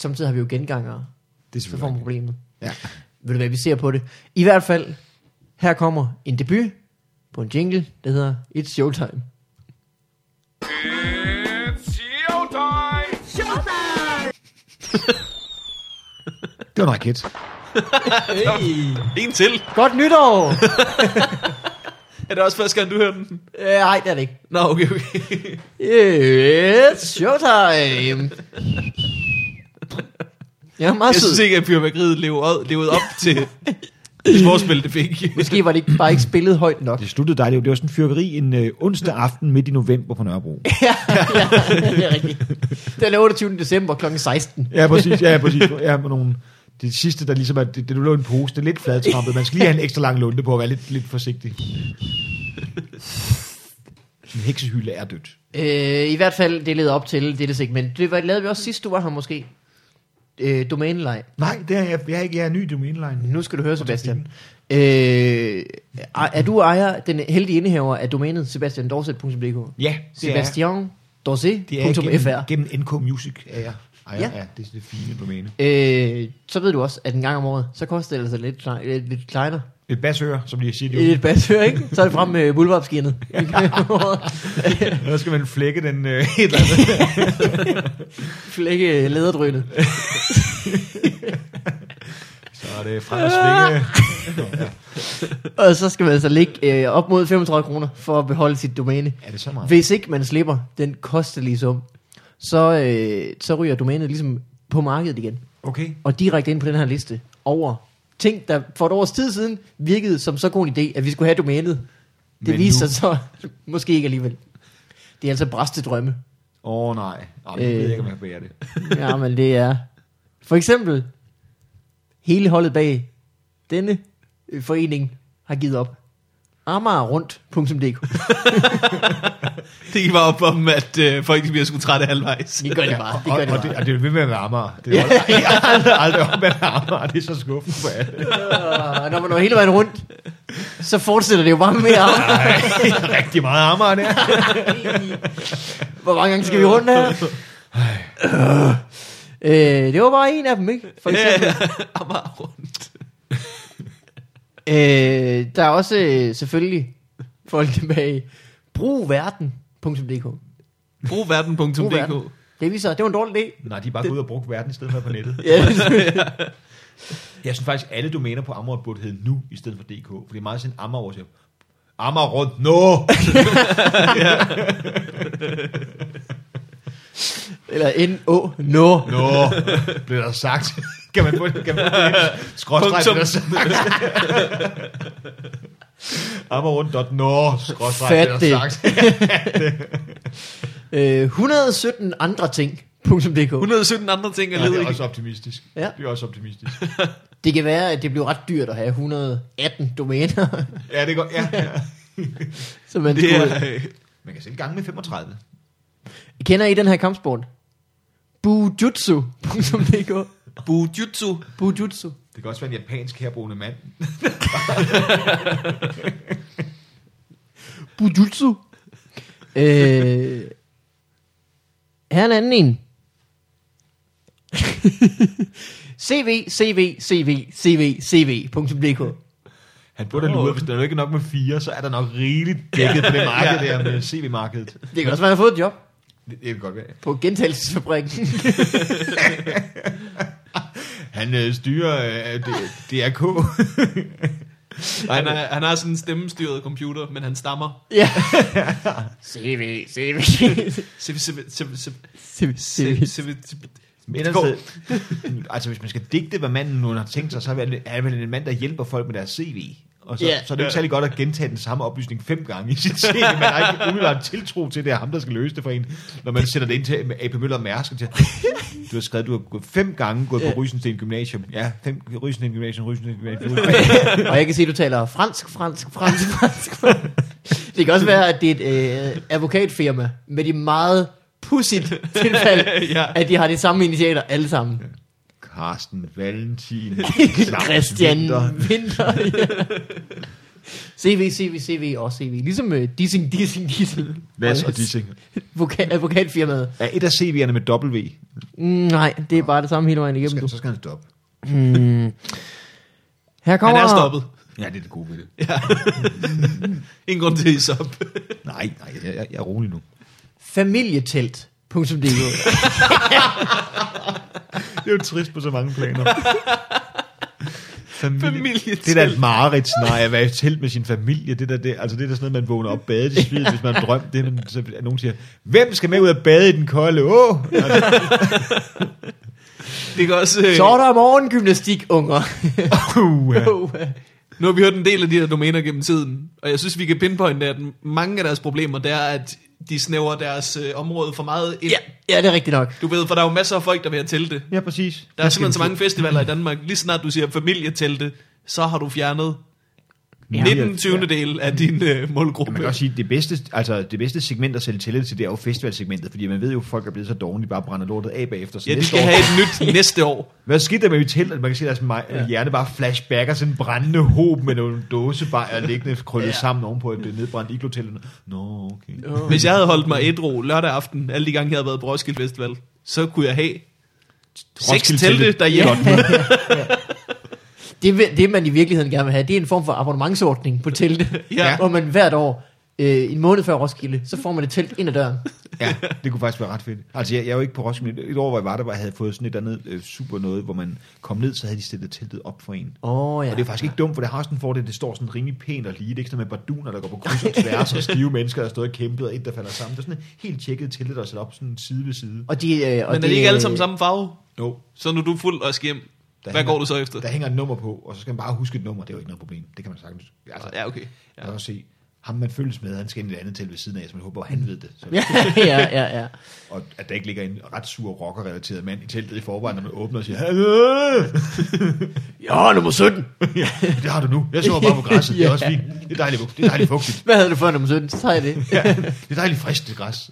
C: Samtidig har vi jo gengangere,
B: Det er
C: så får man
B: selvfølgelig.
C: problemet.
B: Ja.
C: Ved du hvad, vi ser på det. I hvert fald, her kommer en debut på en jingle, der hedder It's Showtime.
B: Det var en raket.
A: En til.
C: Godt nytår!
A: Er det også første gang, du hører den?
C: Øh, Nej, det er det ikke.
A: Nå, okay, okay.
C: It's showtime! Ja, meget
A: Jeg synes
C: sød.
A: ikke, at fyrværkeriet levede, levede op til det forspil, det fik.
C: Måske var det ikke, bare ikke spillet højt nok.
B: Det sluttede dejligt. Det var sådan en fyrværkeri en øh, onsdag aften midt i november på Nørrebro.
C: ja, ja, det er rigtigt. Det er den 28. december kl. 16.
B: Ja, præcis. Ja, præcis. Ja, med nogle, det sidste, der ligesom er, det, det lå i en pose, det er lidt fladtrampet. Man skal lige have en ekstra lang lunde på at være lidt, lidt forsigtig. En heksehylde er dødt.
C: Øh, I hvert fald, det leder op til dette segment. Det var, lavede vi også sidst, du var her måske. Øh, domæneleg.
B: Nej, det er jeg, jeg er ikke. Jeg er ny i domæneline.
C: Nu skal du høre, Sebastian. Øh, er er du ejer, den heldige indehaver af domænet sebastiandorset.dk?
B: Ja, det er jeg.
C: Sebastian
B: Det er jeg
C: Dorset.fr
B: gennem, gennem NK Music er jeg.
C: Ja.
B: Ej, ja. ja. det er det fine domæne.
C: øh, Så ved du også, at en gang om året, så koster det altså lidt, klei- lidt, lidt kleiner.
B: Et basører, som de siger. Det
C: Et basør, ikke? Så er det frem med bulvarpskinnet.
B: jo. Så skal man flække den øh, et eller andet.
C: Flække lederdrønet.
B: Så er det frem og svinge.
C: Og så skal man altså ligge øh, op mod 35 kroner for at beholde sit domæne.
B: Er det så meget?
C: Hvis ikke man slipper den kostelige sum, så, øh, så ryger domænet ligesom på markedet igen.
B: Okay.
C: Og direkte ind på den her liste over ting, der for et års tid siden virkede som så god en idé, at vi skulle have domænet. Det
B: Men
C: viste
B: nu-
C: sig så måske ikke alligevel. Det er altså brastedrømme.
B: Åh oh, nej. Nå, det ved
C: Øh.
B: jeg ikke, om jeg bærer det.
C: Ja, men det er... For eksempel, hele holdet bag denne øh, forening har givet op. Amagerrundt.dk
A: Det var op om, at øh, folk de bliver sgu trætte halvvejs.
C: Vi gør det bare. Vi
B: og,
C: gør det
B: og, det,
C: bare.
B: og det er ved med at være Amager. Det er aldrig, aldrig, aldrig op med at være Amager. Det er så skuffende for alle.
C: Og når man når hele vejen rundt, så fortsætter det jo bare med Amager.
B: Ej, rigtig meget Amager der.
C: Hvor mange gange skal vi rundt her? Øh, det var bare en af dem, ikke? For eksempel.
A: Amager rundt.
C: Øh, der er også øh, selvfølgelig folk bag brugverden.dk. Brug verden.
A: Brugverden.dk
C: Det viser, det var en dårlig idé.
B: Nej, de er bare gået ud og brugt verden i stedet for på nettet.
C: Ja,
B: Jeg synes faktisk, alle domæner på Amager burde hedde nu i stedet for DK. For det er meget sådan Amager, hvor jeg siger, Amager rundt, no!
C: Eller N-O, no.
B: Nå, blev der sagt. kan man få det? Kan man få det?
A: Punktum.
B: Skråstreg, blev der sagt. Amager rundt, dot, nå, skråstreg,
C: Fat
B: blev der
C: det.
B: sagt.
C: Øh, 117 andre ting. .dk.
A: 117 andre ting er
B: Ja, det
A: ledige.
B: er også optimistisk.
C: Ja.
B: Det er også optimistisk.
C: Det kan være, at det bliver ret dyrt at have 118 domæner,
B: Ja, det er godt. Ja, ja.
C: så man
A: Det
C: skulle...
A: er, øh,
B: Man kan selv gange med 35.
C: Kender I den her kampsport? Bujutsu.dk
A: Bujutsu.
C: Bujutsu.
B: Det kan også være en japansk herboende mand.
C: Bujutsu. Øh, her er en anden en. CV, CV, CV, CV, CV.dk
B: Han burde have luret, hvis der er ikke nok med fire, så er der nok rigeligt dækket på det marked der med CV-markedet.
C: Det kan også være, at jeg har fået et job
B: Det, det kan godt være.
C: på gentagelsesfabrikken.
B: Han øh, styrer øh, det, DRK.
A: Og han, er, han har sådan en stemmestyret computer, men han stammer.
C: ja. CV, CV.
A: Siv- siv- siv- siv-
C: CV,
A: siv-
C: CV.
A: siv- siv-
B: Men altså, altså, hvis man skal digte, hvad manden nu har tænkt sig, så er det- er det vel en mand, der hjælper folk med deres CV. Og så,
C: Ja.
B: yeah. så er det ikke særlig godt at gentage den samme oplysning fem gange i sit CV. Man har ikke umiddelbart tiltro til, at det er ham, der skal løse det for en, når man sætter det ind til AP Møller og Mærsk. og siger, Du har skrevet, du har gået fem gange gået på
C: Ja.
B: Rysensten Gymnasium. Ja, fem, Rysensten Gymnasium, Rysensten Gymnasium.
C: Og jeg kan se, at du taler fransk, fransk, fransk, fransk. Det kan også være, at det er et øh, advokatfirma med de meget pudsigt tilfælde,
A: Ja.
C: at de har de samme initialer alle sammen.
B: Carsten Valentin.
C: Christian
B: Winter.
C: Winter. ja. CV, CV, CV og CV. Ligesom uh, dissing, dissing, dissing.
B: Mads og Dissing.
C: Voka- advokatfirmaet.
B: Er et af CV'erne med W,
C: Mm, nej, det er bare det samme hele vejen
B: så
C: igennem.
B: skal,
C: Du.
B: så skal han stoppe.
C: Mm. Her
A: Han
C: kommer...
A: er stoppet.
B: Ja, det er det gode ved det.
A: Ingen grund til at hisse op.
B: Nej, nej, jeg, jeg, jeg er rolig nu.
C: Familietelt.dk
B: Det er jo trist på så mange planer. Familie.
A: Familietelt.
B: Det er da et mareridt scenarie at være i telt med sin familie. Det, der, det, altså det er da sådan noget, man vågner op badet i sved, hvis man drømmer det. Man, så, at nogen siger, hvem skal med ud og bade i den kolde? Åh! Altså,
A: Det kan også... Øh,
C: Så er der morgengymnastik, unger.
A: Nu har vi hørt en del af de her domæner gennem tiden, og jeg synes, vi kan pinpointe, at mange af deres problemer, det er, at de snæver deres øh, område for meget ind.
C: ja, ja, det er rigtigt nok.
A: Du ved, for der er jo masser af folk, der vil have telte.
B: Ja, præcis.
A: Der er simpelthen så mange festivaler i Danmark. Lige snart du siger familietelte, så har du fjernet
C: Ja.
A: 19 20. del af din øh, målgruppe.
B: Man kan også sige, at det bedste, altså det bedste segment at sælge tillid til, det er jo festivalsegmentet, fordi man ved jo, at folk er blevet så dårlige, de bare brænder lortet af bagefter. Så
A: ja, de
B: næste
A: skal
B: år,
A: have et nyt næste år.
B: Hvad skete der med mit telt, at man kan se deres mej- hjerne bare flashbacker sådan en brændende håb med nogle dåsebajer liggende krøllet ja. sammen ovenpå et øh, nedbrændt igloteltet. Nå, okay.
A: Hvis jeg havde holdt mig ædru lørdag aften, alle de gange, jeg havde været på Roskilde Festival, så kunne jeg have seks
B: Roskilde
A: telte
B: telte.
A: derhjemme.
C: Det, vil- det, man i virkeligheden gerne vil have, det er en form for abonnementsordning på telte,
A: Ja.
C: ja. hvor man hvert år, øh, en måned før Roskilde, så får man et telt ind ad døren.
B: Ja, det kunne faktisk være ret fedt. Altså, jeg, jeg er jo ikke på Roskilde. Et år, hvor jeg var der, hvor jeg havde fået sådan et andet øh, super noget, hvor man kom ned, så havde de stillet teltet op for en.
C: Åh oh, ja.
B: Og det er faktisk ikke dumt, for det har også en fordel, at det står sådan rimelig pænt og lige. Det er ikke sådan med barduner, der går på kryds og tværs, og stive mennesker, der står og kæmpet, og et, der falder sammen. Det er sådan et helt tjekket teltet, der er sat op sådan side ved side.
C: og de, øh, og
A: Men er
C: det,
A: de ikke alle
C: øh,
A: sammen samme farve?
B: Jo,
A: Så når du er fuld og skal hjem,
B: Der
A: hvad
B: hænger-
A: går du så efter?
B: der hænger et nummer på, og så skal man bare huske et nummer. Det er jo ikke noget problem. Det kan man sagtens. Altså,
A: Ja, okay.
B: jeg kan også se, ham man følges med, han skal ind i et andet telt ved siden af, så man håber, han ved det. Så,
C: ja, ja, ja, ja.
B: og at der ikke ligger en ret sur rocker-relateret mand i teltet i forvejen, når man åbner og siger, "Hallo!"
C: Ja, nummer 17.
B: det har du nu. Jeg sover bare på græsset. Det er også fint. Det er dejligt, det er dejligt fugtigt.
C: Hvad havde du før nummer 17? Så tager jeg det.
B: Det er dejligt friskt, det græs.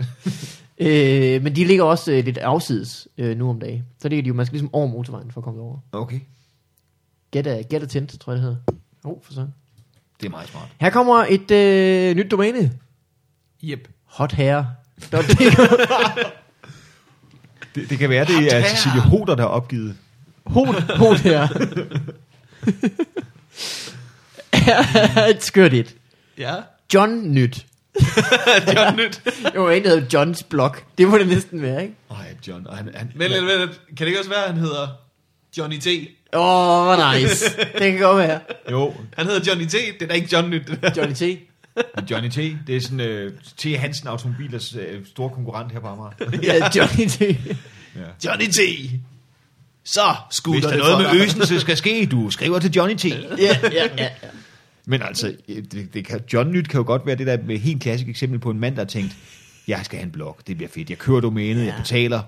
C: øh, men de ligger også øh, lidt afsides øh, nu om dagen. Så ligger de jo, man skal ligesom over motorvejen for at komme over.
B: Okay.
C: Get a, get a tent, tror jeg det hedder. Oh, for sådan.
B: Det er meget smart.
C: Her kommer et øh, nyt domæne.
A: Yep.
C: Hothair.dk
B: Det, det kan være, det er Cecilie Hoder, der har opgivet.
C: Hot, hot her. Et skørt et.
A: Ja,
C: John Nyt.
A: det er nyt.
C: Det var en, der hed Johns Blog. Det må det næsten være, ikke?
B: Ej, John. Og han, han,
A: Men lidt, vent lidt. Kan det ikke også være, at han hedder Johnny T?
C: Åh, oh, nice. Det kan godt være.
B: Jo,
A: Han hedder Johnny T. Det er da ikke John Nyt. det der.
C: Johnny T.
B: Johnny T. Det er sådan øh, T. Hansen Automobilers øh, store konkurrent her på Amager.
C: Ja, Johnny T.
A: Johnny T. Så
B: Hvis
A: skutter
B: der
A: det
B: noget
A: for
B: med
A: dig.
B: øsen, så skal ske, du skriver til Johnny T.
C: Ja, ja, ja.
B: Men altså, øh, det, det kan, John Nyt kan jo godt være det der med helt klassisk eksempel på en mand, der har tænkt, jeg skal have en blog, det bliver fedt, jeg kører domænet, jeg betaler,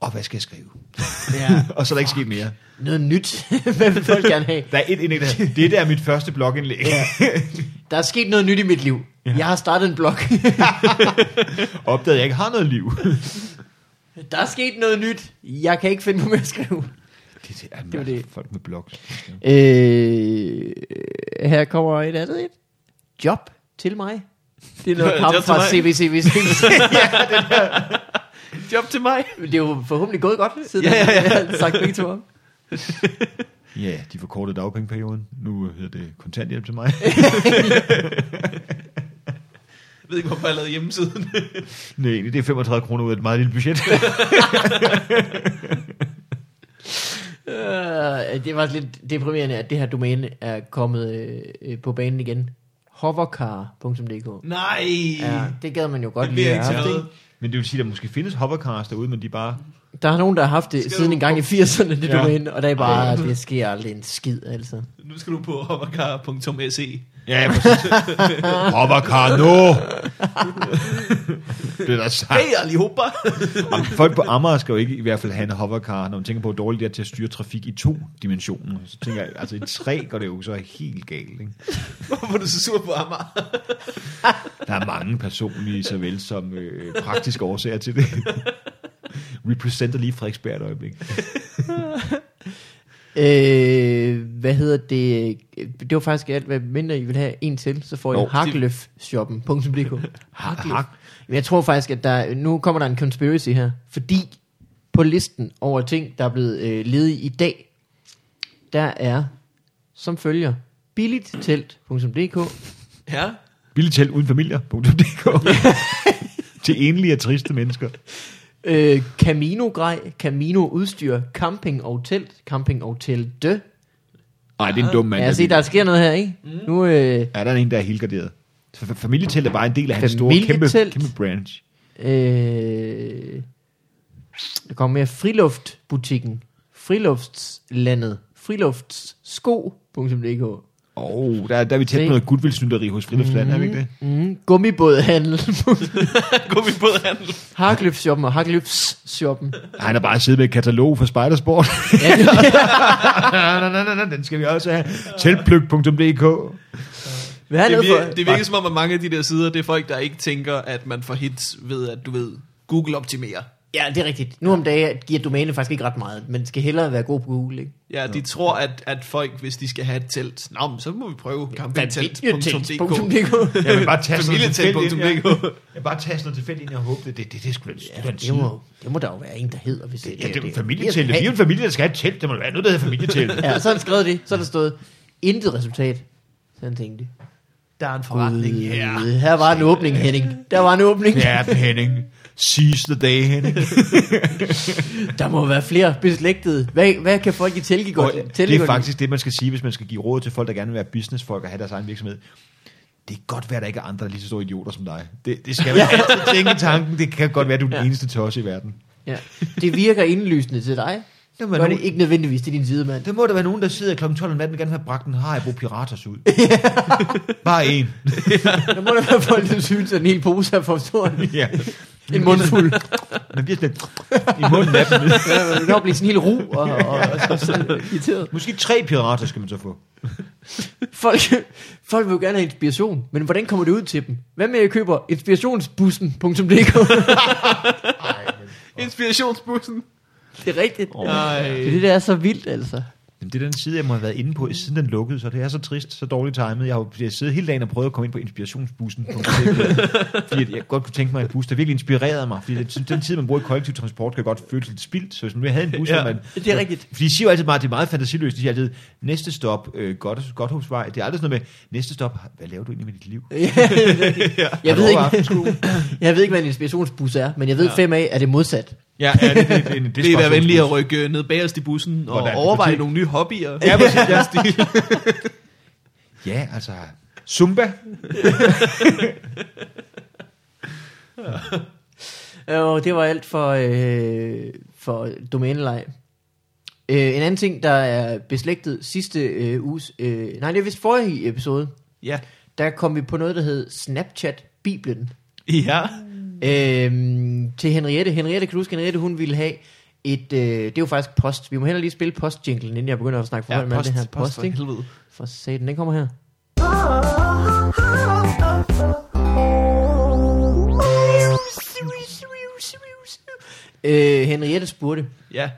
B: og hvad skal jeg skrive?
C: ja.
B: og så er der ikke sket mere.
C: Noget nyt. Hvad vil folk gerne have?
B: Der er et indlæg, der det er mit første blogindlæg. Ja.
C: Der er sket noget nyt i mit liv. Jeg har startet en blog.
B: Opdagede, jeg ikke har noget liv.
C: Der er sket noget nyt. Jeg kan ikke finde på med at skrive.
B: det er
C: var det.
B: folk med blogs.
C: Øh, her kommer et andet et. Job til mig. Det er noget
A: Job
C: kamp
A: til
C: fra
A: mig.
C: CBCB.
A: Job til mig.
C: det er jo forhåbentlig gået godt, siden
A: Ja, ja, ja.
C: jeg har sagt begge to om.
B: Ja, de forkortede dagpengeperioden. Nu hedder det kontanthjælp til mig.
A: Jeg ved ikke, hvorfor jeg lavede hjemmesiden.
B: Nej, egentlig, det er 35 kroner ud af et meget lille budget.
C: Øh, det var lidt deprimerende, at det her domæne er kommet øh, øh, på banen igen. Hovercar.dk
A: Nej.
C: Ja, det gad man jo godt
A: Det bliver
C: lige
A: ikke
C: have haft,
A: til
C: ikke?
A: noget.
B: Men det vil sige, at der måske findes hovercars derude, men de er bare...
C: Der er nogen, der har haft det
A: Skal
C: siden
A: du-
C: en gang i 80'erne, det
B: Ja.
C: ja. domæne, og der er bare, det sker aldrig en skid, altså.
A: Nu skal du på hovercar.se.
B: Ja, ja præcis. hovercar nu! det er da sagt.
A: Hey, allihopa.
B: Jamen, Folk på Amager skal jo ikke i hvert fald have en hovercar, når man tænker på, hvor dårligt det er til at styre trafik i to dimensioner. Så tænker jeg, altså i tre går det jo så helt galt, ikke?
A: Hvorfor er du så sur på Amager?
B: Der er mange personlige, såvel som øh, praktiske årsager til det. Representer lige Frederiksberg et øjeblik.
C: Øh, hvad hedder det? Det var faktisk alt, hvad mindre I vil have en til, så får I
B: Nå,
C: hakløfshoppen.dk.
B: hak.
C: Men jeg tror faktisk, at der, nu kommer der en conspiracy her, fordi på listen over ting, der er blevet øh, ledige i dag, der er som følger billigtelt.dk
A: Ja.
B: Billigt telt uden familier.dk Til enlige og triste mennesker.
C: øh, Camino-grej, Camino-udstyr, camping og telt, camping og telte.
B: Nej, det er en dum mand.
C: Ja, se, der sker noget her, ikke? Mm. Nu, øh,
B: Ja, der er en, der er helgarderet. Så fa- familietelt er bare en del af hans store, kæmpe,
C: Familietelt?
B: kæmpe branch.
C: Øh, Der kommer mere friluftbutikken, friluftslandet, friluftssko.dk.
B: Åh, oh, der, der er vi tæt på
C: Se.
B: noget goodwill-snytteri hos Friluftsland, mm. er vi ikke det?
C: Mm, gummibådhandel,
A: Gå vi på handel.
C: harkløbsshoppen og harkløbsshoppen.
B: Nej, han har bare siddet med et katalog for Spidersport.
C: Mm-hmm. Ja, det-
B: nej, nej, nej, nej, den skal vi også have. Teltpløk.dk
C: Hvad er
A: Det,
C: det
A: vir, det
C: for?
A: virker som om, at mange af de der sider, det er folk, der ikke tænker, at man får hits ved, at du ved, Google optimerer.
C: Ja, det er rigtigt. Nu om dagen giver domæne faktisk ikke ret meget, men skal hellere være god på Google, ikke?
A: Ja, de tror, at, at folk, hvis de skal have et telt, nå, men så må vi prøve campingtelt.dk.
C: Familietelt.dk.
B: Jeg vil bare tage sådan noget tilfældigt ind.
A: Familietelt.dk.
B: Jeg vil bare tage sådan noget tilfældigt ind og håbe, det, det, det, det skulle sgu da
C: Ja,
B: en
C: det, må, det må der jo være en, der hedder, hvis
B: Ja, det er jo
C: det
B: familieteltet.
C: er-
B: Vi er jo en familie, der skal have et telt. Det må da være noget, der hedder familieteltet.
C: Ja, så har han skrevet det. Så har der stået, intet resultat. Så han tænkte,
A: Der er en forretning
C: "Gud,
A: her.
C: her var en åbning, Henning. Der var en åbning.
B: Ja, den Henning. Seize the day, Henning.
C: Der må være flere beslægtede. Hvad, hvad kan folk i Telgegård?
B: Og det er faktisk det, man skal sige, hvis man skal give råd til folk, der gerne vil være businessfolk og have deres egen virksomhed. Det kan godt være, at der ikke er andre der er lige så store idioter som dig. Det, det skal man altid tænke i tanken. Det kan godt være, at du er den
C: Ja.
B: eneste tosse i verden.
C: Ja. Det virker indlysende til dig.
B: Der må,
C: Men
B: være
C: det
B: nogen,
C: ikke nødvendigvis til din sidemand.
B: der må der være nogen, der sidder kl. 12 om natten og gerne vil have bragt en Haribo Piratas ud. Bare en.
C: Der må der være folk, der synes, at en hel pose er for stor.
B: Ja.
C: En mundfuld.
B: Man bliver sådan lidt i munden af dem.
C: Der kan jo blive sådan en hel ro og, og, og så, så irriteret.
B: Måske tre pirater skal man så få.
C: Folk, folk vil jo gerne have inspiration, men hvordan kommer det ud til dem? Hvad med, at jeg køber inspirationsbussen.dk?
A: Inspirationsbussen.
C: det er rigtigt. Oh. Det er
A: Nej.
C: det, der er så vildt, altså.
B: Jamen, det er den side, jeg må have været inde på, siden den lukkede, så det er så trist, så dårligt timet. Jeg har jo jeg har siddet hele dagen og prøvet at komme ind på inspirationsbussen. fordi at jeg godt kunne tænke mig en bus, der virkelig inspirerede mig. Fordi jeg synes, den tid, man bruger i kollektiv transport, kan godt føles lidt spildt. Så hvis man nu havde en bus,
A: Ja,
B: ja, man...
C: det er rigtigt.
B: Fordi de siger jo altid meget, det er meget fantasiløst. De siger altid, næste stop, øh, godt, Godthåbsvej. Det er aldrig sådan noget med, næste stop, hvad laver du egentlig med dit liv?
C: Ja, det er rigtigt. jeg, ved ikke,
B: ikke.
C: jeg ved ikke, hvad en inspirationsbus er, men jeg ved
A: Ja.
C: fem af, at det er modsat.
B: ja, ja, det, det, det, det,
A: Det er være venlig at rykke ned bagerst i bussen og
B: Hvordan?
A: overveje
B: Butik?
A: nogle nye hobbyer.
B: Ja, præcis. Ja. ja, altså... Zumba.
C: Og det var alt for, øh, for domænelej. Øh, en anden ting, der er beslægtet sidste øh, uges... Øh, nej, det er vist forrige episode.
A: Ja.
C: Der kom vi på noget, der hed Snapchat-biblen.
A: Ja.
C: Øhm, til Henriette. Henriette, kan du huske, Henriette, hun ville have et, øh, det er jo faktisk post. Vi må heller lige spille postjinglen, inden jeg begynder at snakke for ja, med alt det her post, post ikke?
A: helvede.
C: For satan, den kommer her.
D: Ah, oh.
C: Øh, Henriette spurgte,
A: Ja.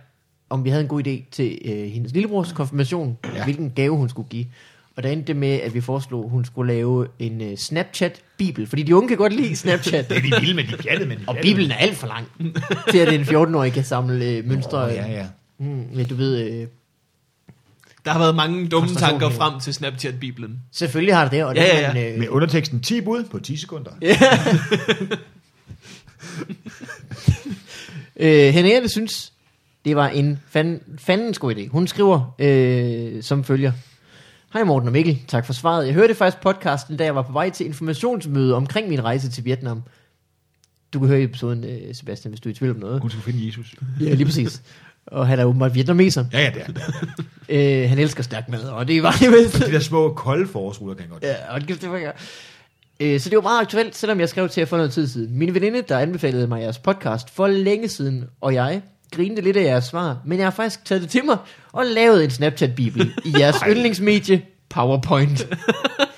C: om vi havde en god idé til øh, hendes lillebrors konfirmation,
B: Ja.
C: ja. hvilken gave hun skulle give. Og der endte det med, at vi foreslog, at hun skulle lave en øh, Snapchat-bibel, fordi de unge kan godt lide Snapchat.
B: Det er de vilde, men de pjattede, men de
C: Og
B: pjattede.
C: Bibelen er alt for lang til, at en 14-årig kan samle øh, mønstre.
B: Åh, ja, ja.
C: Mm, men du ved, øh,
A: Der har været mange dumme
C: Koncentration
A: tanker
C: her.
A: frem til Snapchat-biblen.
C: selvfølgelig har det det, og det
A: Ja,
C: er
A: ja,
C: man,
A: ja.
C: øh,
B: Med underteksten 10 bud på 10 sekunder.
C: Øh, Henriette synes, det var en fan, fandens god idé. Hun skriver øh, som følger. Hej Morten og Mikkel, tak for svaret. Jeg hørte faktisk podcasten, da jeg var på vej til informationsmøde omkring min rejse til Vietnam. Du kan høre episoden, øh, Sebastian, hvis du er i tvivl om noget.
B: Hun skulle finde Jesus.
C: Ja, lige præcis. Og han er åbenbart vietnameser.
B: Ja, ja, det er det.
C: Øh, han elsker stærk mad, og det var det bedste.
B: De der små kolde forårsruller kan jeg godt.
C: Ja, hold kæft, det var jeg. Øh, så det var meget aktuelt, selvom jeg skrev til jer for noget tid siden. Min veninde, der anbefalede mig jeres podcast for længe siden, og jeg grinte lidt af jeres svar, men jeg har faktisk taget det til mig og lavet en Snapchat-bibel i jeres yndlingsmedie, PowerPoint.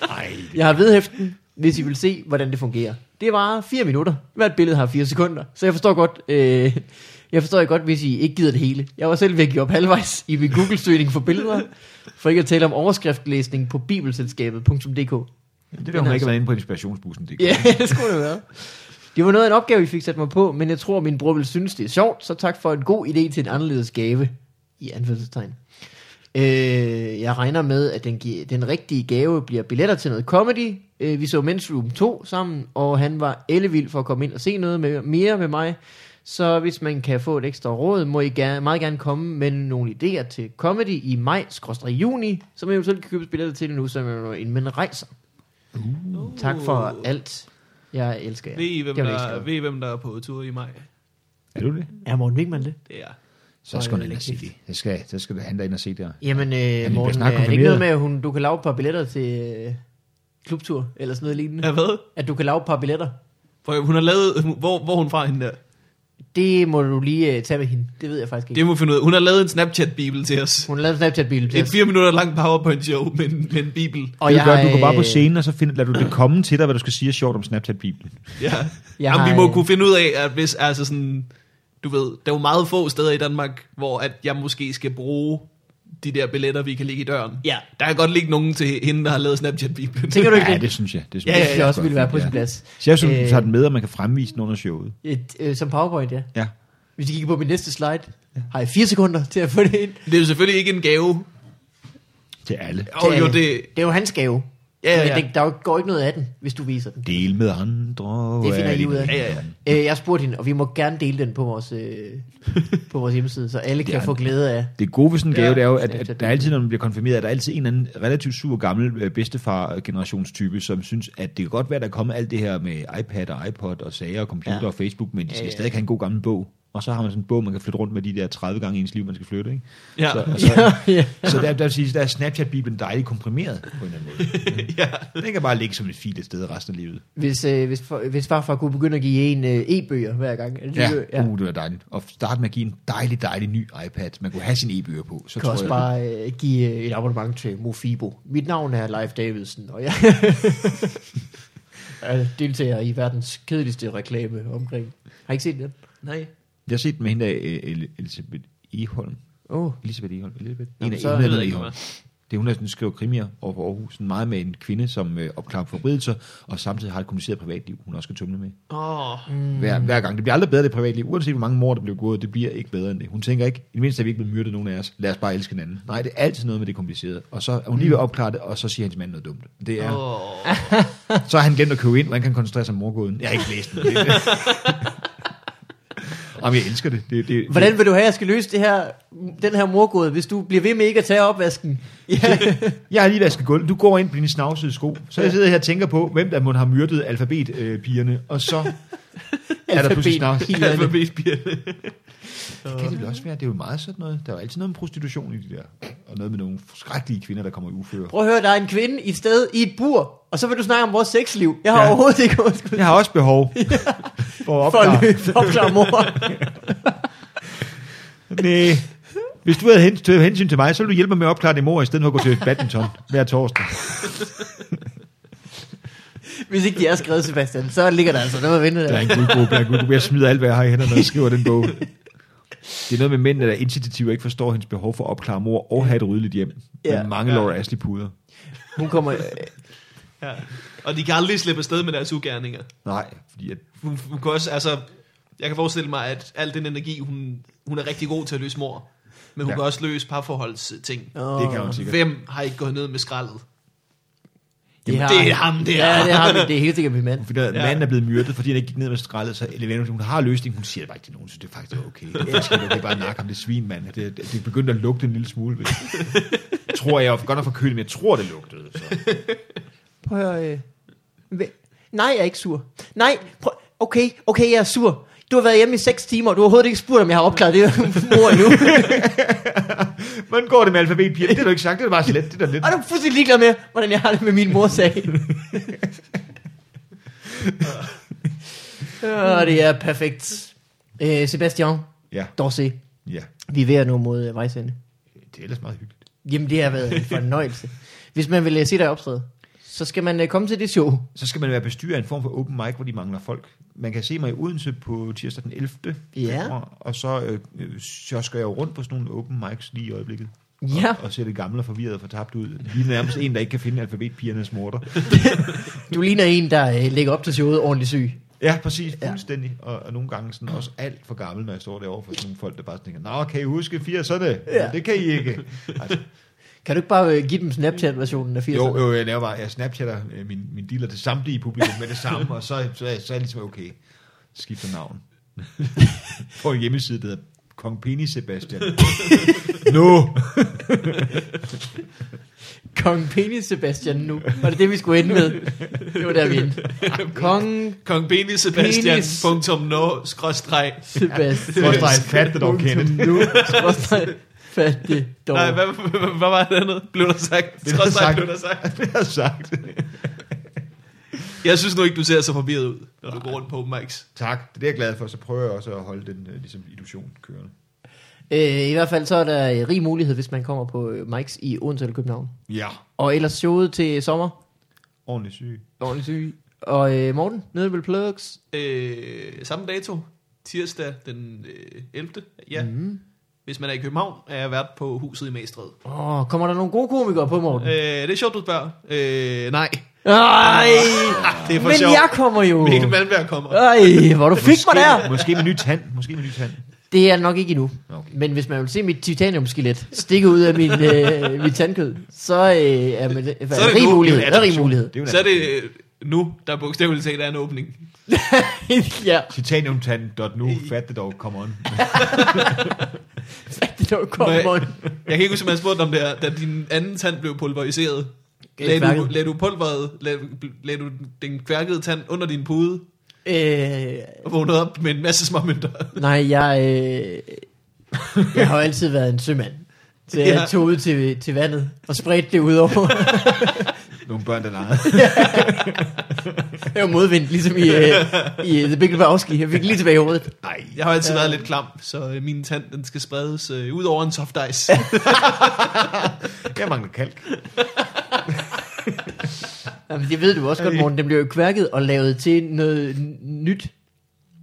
B: Nej,
C: Jeg har vedhæften, hvis I vil se, hvordan det fungerer. Det varer fire minutter. Hvert billede har fire sekunder. Så jeg forstår godt, øh, jeg forstår jer godt, hvis I ikke gider det hele. Jeg var selv ved at give op halvvejs i min Google-søgning for billeder, for ikke at tale om overskriftlæsning på bibelselskabet.dk.
B: det er der, hun har ikke været inde på inspirationsbussen. Det
C: altså- Ja, det skulle det være. Det var noget af en opgave, I fik sat mig på, men jeg tror, min bror vil synes, det er sjovt, så tak for en god idé til en anderledes gave. I anførselstegn. Øh, jeg regner med, at den, gi- den rigtige gave bliver billetter til noget comedy. Øh, vi så Men's Room 2 sammen, og han var ellevild for at komme ind og se noget med, mere med mig. Så hvis man kan få et ekstra råd, må I gerne, meget gerne komme med nogle idéer til comedy i maj-juni, som eventuelt kan købes billetter til nu, som er inden man rejser.
B: Uh.
C: Tak for alt. Jeg elsker jer.
A: Ved I, hvem
C: Det var det,
A: der,
C: jeg skrev.
A: ved I, hvem der er på tur i maj?
B: Er du det?
C: Er Morten Wigman det?
A: Det er.
B: Så
C: Nej,
B: skal hun
C: det er
B: ind og se
C: ikke
B: det. Det skal, det skal han da ind og se det.
C: Jamen, øh,
B: bliver
C: Morten,
B: snart
C: er det ikke
B: konfirmeret.
C: noget med, at hun, du kan lave et par billetter til øh, klubtur, eller sådan noget lignende?
A: Ja, hvad?
C: At du kan lave et par billetter?
A: For hun har lavet, hvor, hvor er hun fra hende der?
C: Det må du lige øh, tage med hende. Det ved jeg faktisk ikke.
A: Det må vi finde ud af. Hun har lavet en Snapchat-bibel til os.
C: Hun lavede en Snapchat-billede
A: Det
C: til
A: er et
C: os.
A: fire minutter lang powerpoint-show med, en- med en bibel.
B: Og det, du, gør, du går bare på
C: øh,
B: scenen, og så finder, lader du det komme til dig, hvad du skal sige er sjovt om Snapchat-biblen.
A: Ja.
C: Jeg
A: Jamen,
C: har,
A: vi må
C: øh,
A: kunne finde ud af, at hvis, altså sådan, du ved, der er jo meget få steder i Danmark, hvor at jeg måske skal bruge de der billetter, vi kan ligge i døren.
C: Ja.
A: Der kan godt ligge nogen til hende, der har lavet Snapchat-biblen.
C: Tænker du ikke
B: Ja,
C: det?
B: det synes jeg. Det, synes
C: Ja,
B: jeg.
C: ja, det også
B: Godt,
C: ville være på
B: ja.
C: sin plads.
B: Så jeg synes, du
C: Øh,
B: tager den med, og man kan fremvise den under showet.
C: Et, øh, som PowerPoint, ja.
B: Ja.
C: Hvis I kigger på min næste slide, har I fire sekunder til at få det ind.
A: Det er jo selvfølgelig ikke en gave.
B: Til alle.
A: Jo, jo, det,
C: det er jo hans gave.
A: Ja, ja, ja.
C: Men det, der går ikke noget af den, hvis du viser den.
B: Del med andre.
C: Det finder
B: er
C: I ud af.
B: glade?
A: Ja, ja, ja.
C: Øh, jeg spurgte hende, og vi må gerne dele den på vores, øh, på vores hjemmeside, så alle kan
B: Ja.
C: få glæde af.
B: Det gode ved sådan en gave,
A: Ja.
B: ja, det er jo, at, at der
C: Snapchat-bibel.
B: er altid, når man bliver konfirmeret, er der altid en eller anden relativt sur gammel øh, bedstefar-generationstype, som synes, at det kan godt være, der kommer alt det her med iPad og iPod og sager og computer
C: Ja.
B: ja. og Facebook, men de skal
C: Ja,
B: ja,
C: ja.
B: ja. stadig have en god gammel bog. Og så har man sådan en bog, man kan flytte rundt med de der 30 gange i ens liv, man skal flytte, ikke?
A: Ja.
B: Så, og så,
C: Ja, ja.
B: så der, der, vil sige, der er Snapchat-bibelen dejligt komprimeret på en eller anden måde. ja. Den kan bare ligge som et fil et sted resten af livet.
C: Hvis, øh, hvis, for, hvis farfar kunne begynde at give en øh, e-bøger hver gang. Er det
B: Ja,
C: det?
B: ja. Uh, det var dejligt. Og starte med at give en dejlig, dejlig ny iPad. Man kunne have sin e-bøger på. Så
C: kan
B: tror
C: også
B: jeg,
C: bare øh, give øh, et abonnement til Mofibo. Mit navn er Leif Davidsen, og jeg jeg deltager i verdens kedeligste reklame omkring. Har I ikke set den?
A: Nej.
B: Jeg har set den med hende af øh, El- Elisabeth Eholm.
C: Åh, oh,
B: Elisabeth Eholm. Elisabeth.
C: Nå,
B: En af
C: så-
B: Eholm.
A: Jeg ved
B: Elisabeth
A: ikke,
B: Eholm. Det er hun, der sådan skriver krimier over for Aarhus. Sådan Meget med en kvinde, som øh, opklarer forbrydelser, og samtidig har et kompliceret privatliv, hun også skal tumle med.
A: Åh, oh,
B: Mm. Hver, hver gang. Det bliver aldrig bedre, det privatliv. Uanset hvor mange mor, der bliver gået, det bliver ikke bedre end det. Hun tænker ikke, i det mindste er vi ikke blevet myrdet nogen af os. Lad os bare elske hinanden. Nej, det er altid noget med det komplicerede. Og så er hun lige ved at opklare det, og så siger hendes mand noget dumt. Det er,
A: åh.
B: Så har han glemt at købe ind, og han kan koncentrere sig om morgåden. Jeg har ikke læst den. Jamen, jeg elsker det. det, det
C: hvordan vil du have, at jeg skal løse det her, den her morgåde, hvis du bliver ved med ikke at tage opvasken? Ja.
B: Jeg har lige vasket gulvet. Du går ind på dine snavsede sko. Så jeg sidder her og tænker på, hvem der må har myrdet alfabetpigerne. Og så er der pludselig snavs.
C: Alfabetpigerne.
A: Alfabetpigerne.
B: Det kan det vel også være. Det er jo meget sådan noget. Der er jo altid noget med prostitution i det der. Og noget med nogle skrækkelige kvinder, der kommer i uføre.
C: Prøv at høre, der er en kvinde i et sted i et bur, og så vil du snakke om vores sexliv. Jeg har ja.
B: Ja.
C: overhovedet ikke underskud
B: Jeg har også behov for at
C: for at
B: opklare.
C: løbe opklare mor.
B: Næh. Hvis du havde hensyn, taget hensyn til mig, så ville du hjælpe mig med at opklare det mor, i stedet for at gå til badminton hver torsdag.
C: Hvis ikke de er skrevet, Sebastian, så ligger der altså noget at vente
B: Der
C: der.
B: er en guldgruppe, der er en guldgruppe. Jeg smider alt, hvad jeg har i hænderne, når jeg skriver den bog. Det er noget med mænd, der er incitative og ikke forstår hendes behov for at opklare mor og have et ryddeligt hjem.
C: Ja.
B: Ja. Med mange Laura Ashley-puder.
C: Hun kommer... øh,
A: Ja. Og de kan aldrig slippe afsted med deres ugerninger.
B: Nej, fordi at,
A: Hun, hun kan også, altså, jeg kan forestille mig, at al den energi, hun, hun er rigtig god til at løse mor. Men hun ja.
B: Ja.
A: kan også løse parforholdsting.
C: Åh.
B: det kan hun sikkert.
A: Hvem har ikke gået ned med skraldet?
C: Det, har,
A: det er ham der.
C: Ja, det er ham. Det er helt sikkert min mand.
B: Hun finder, at
A: Ja.
B: manden er blevet myrdet, fordi han ikke gik ned med skraldet, så Eleven, hun har løsning, hun siger det bare ikke til nogen, så det er faktisk okay. Det er, faktisk, okay. det er bare nakke om det svin, mand. Det, det, det begyndte at lugte en lille smule. Ved. tror jeg, jeg var godt nok forkølet, men jeg tror, det lugtede. Så.
C: Prøv at høre, øh. Hva- Nej, jeg er ikke sur. Nej, prøv... Okay, okay, jeg er sur. Du har været hjemme i 6 timer, og du har overhovedet ikke spurgt, om jeg har opklaret det mor endnu.
B: Hvordan går det med alfabetpiger? Det har du ikke sagt, det er bare slet. Det er da lidt.
C: og du er fuldstændig ligeglad med, hvordan jeg har det med min mor sag. Åh, det er perfekt. Øh, Sebastian,
B: Ja,
C: Dorsey,
B: ja.
C: vi er ved at nå mod øh, vejsende.
B: Det er ellers meget hyggeligt.
C: Jamen, det har været en fornøjelse. Hvis man vil øh, se dig optræde, så skal man øh, komme til det show.
B: så skal man være bestyrer af en form for open mic, hvor de mangler folk. Man kan se mig i Odense på tirsdag den 11.
C: Ja.
B: februar, og så, øh, øh, så skal jeg jo rundt på sådan nogle open mics lige i øjeblikket.
C: Ja.
B: Og, og ser det gamle og forvirret og fortabt ud. Lige nærmest en, der ikke kan finde alfabetpigernes morter.
C: Du ligner en, der øh, lægger op til showet ordentligt syg.
B: Ja, præcis.
C: Ja.
B: Fuldstændig. Og, og nogle gange sådan også alt for gammel, når jeg står derovre for sådan nogle folk, der bare tænker, Nå, kan I huske 80'erne?
C: Ja.
B: Ja. Det kan I ikke. Altså,
C: Kan du ikke bare øh, give dem Snapchat-versionen af 80'erne?
B: jo, jo, jeg laver bare, jeg snapchatter øh, min, min dealer til samtlige publikum med det samme, og så, så, så er jeg ligesom okay. Skifter navn. På en hjemmeside, der hedder Kong Penis Sebastian. nu!
C: Kong Penis Sebastian nu. Var det det, vi skulle ende med? Det var der, vi endte. Kong
A: Kong Penis Sebastian.
C: Penis.
A: Punktum no, skråstreg.
C: Sebastian.
B: Skråstreg, fat det dog, Kenneth.
C: Nu. Skråstreg. Fat det dog.
A: Nej, hvad, hvad, hvad var det andet? Blev der sagt?
B: blev
A: Skråstreg
B: sagt.
A: blev der sagt.
B: Det har jeg sagt.
A: Jeg synes nu ikke, du ser så forvirret ud, når du går rundt på open mics.
B: Tak, det er det, jeg er glad for. Så prøver jeg også at holde den øh, ligesom, illusion kørende.
C: Øh, I hvert fald så er der øh, rig mulighed, hvis man kommer på øh, Mike's i Odense eller København.
B: Ja.
C: Og ellers showet til sommer.
B: Ordentlig syg.
C: Ordentligt syg. Og øh, Morten, nede ved Plugs.
A: Øh, samme dato, tirsdag den øh, 11. Ja. Mm. Hvis man er i København, er jeg vært på huset i Mæstred.
C: Åh, kommer der nogle gode komikere på, Morten? Øh.
A: Øh, det er sjovt, du spørger. Øh, nej,
C: Ej,
A: det er for
C: men
A: sjovt.
C: jeg kommer jo.
A: Mikkel Malmberg kommer.
C: Ej, hvor du fik mig der.
B: Måske med ny tand. Måske med ny tand.
C: Det er nok ikke endnu.
B: Okay.
C: Okay. Men hvis man vil se mit titaniumskelet stikke ud af min, øh, mit tandkød, så øh, er man, det
A: Så er det
C: rig
A: nu.
C: mulighed.
A: Det er en
C: Der er rig
A: attraktion.
C: mulighed.
B: Det er jo
A: Så er det øh, nu, der bogstaveligt talt er en åbning.
C: ja,
B: Titaniumtand.nu, fat det dog, come on.
C: det var
A: Nej.
C: godt,
A: Jeg kan ikke huske, om jeg spurgte om det her, da din anden tand blev pulveriseret. Lagde du,
C: kværket.
A: lagde du pulveret, lagde, lagde du den kværkede tand under din pude,
C: øh,
A: og vågnede op med en masse småmønter.
C: Nej, jeg, øh, jeg har jo altid været en sømand. Så jeg
A: Ja.
C: ja. tog ud til, til vandet og spredte det ud over.
B: Nogle børn, der legede.
C: Det var modvind, ligesom i, øh, i øh, The Big Lebowski. Jeg fik lige tilbage i hovedet.
A: Nej. Jeg har altid været lidt klam, så øh, min tand den skal spredes øh, ud over en soft ice.
B: Jeg mangler kalk.
C: Jamen, det ved du også godt, Morten. Den blev jo kværket og lavet til noget n- nyt.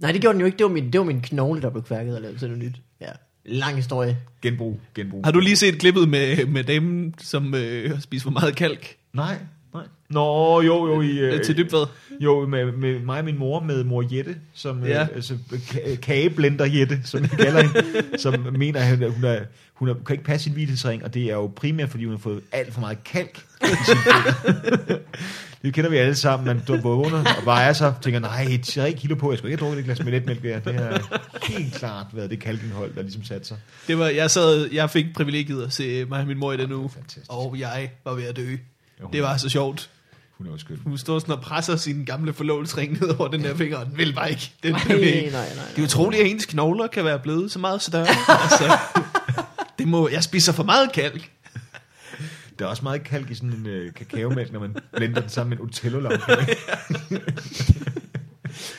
C: Nej, det gjorde den jo ikke. Det var min, det var min knogle, der blev kværket og lavet til noget nyt. Ja. Lang historie.
B: Genbrug, genbrug.
A: har du lige set klippet med, med damen, som øh, har spist for meget kalk
B: Nej, nej. Nå, jo, jo, i,
A: øh,
B: øh,
A: til dybvad?
B: jo med, med mig og min mor, med mor Jette, som
A: Ja.
B: ja. øh, altså, ka- kageblender Jette, som vi kalder hende, som mener, at hun, hun, er, hun er, kan ikke passe sin hvilesring, og det er jo primært, fordi hun har fået alt for meget kalk i sin blod. Det kender vi alle sammen, man du vågner og vejer sig, tænker, nej, 3 kilo på, jeg skulle ikke have drukket et glas med letmælk der. Det har helt klart været det kalkenhold, der ligesom satte sig.
A: Det var, jeg, sad, jeg fik privilegiet at se mig og min mor i den uge,
B: fantastisk.
A: og jeg var ved at dø.
B: Ja, hun-
A: Det var så sjovt.
B: Hun er også skøn.
A: Hun står sådan og presser sin gamle forlovelsesring ned over den der finger, og den vil bare ikke. Den,
C: Nej,
A: den vil
C: nej,
A: ikke.
C: nej.
A: Det er utroligt, at hendes knogler kan være blevet så meget større. altså, det må, jeg spiser for meget kalk.
B: Der er også meget kalk i sådan en øh, kakaomælk, når man blender den sammen med en otello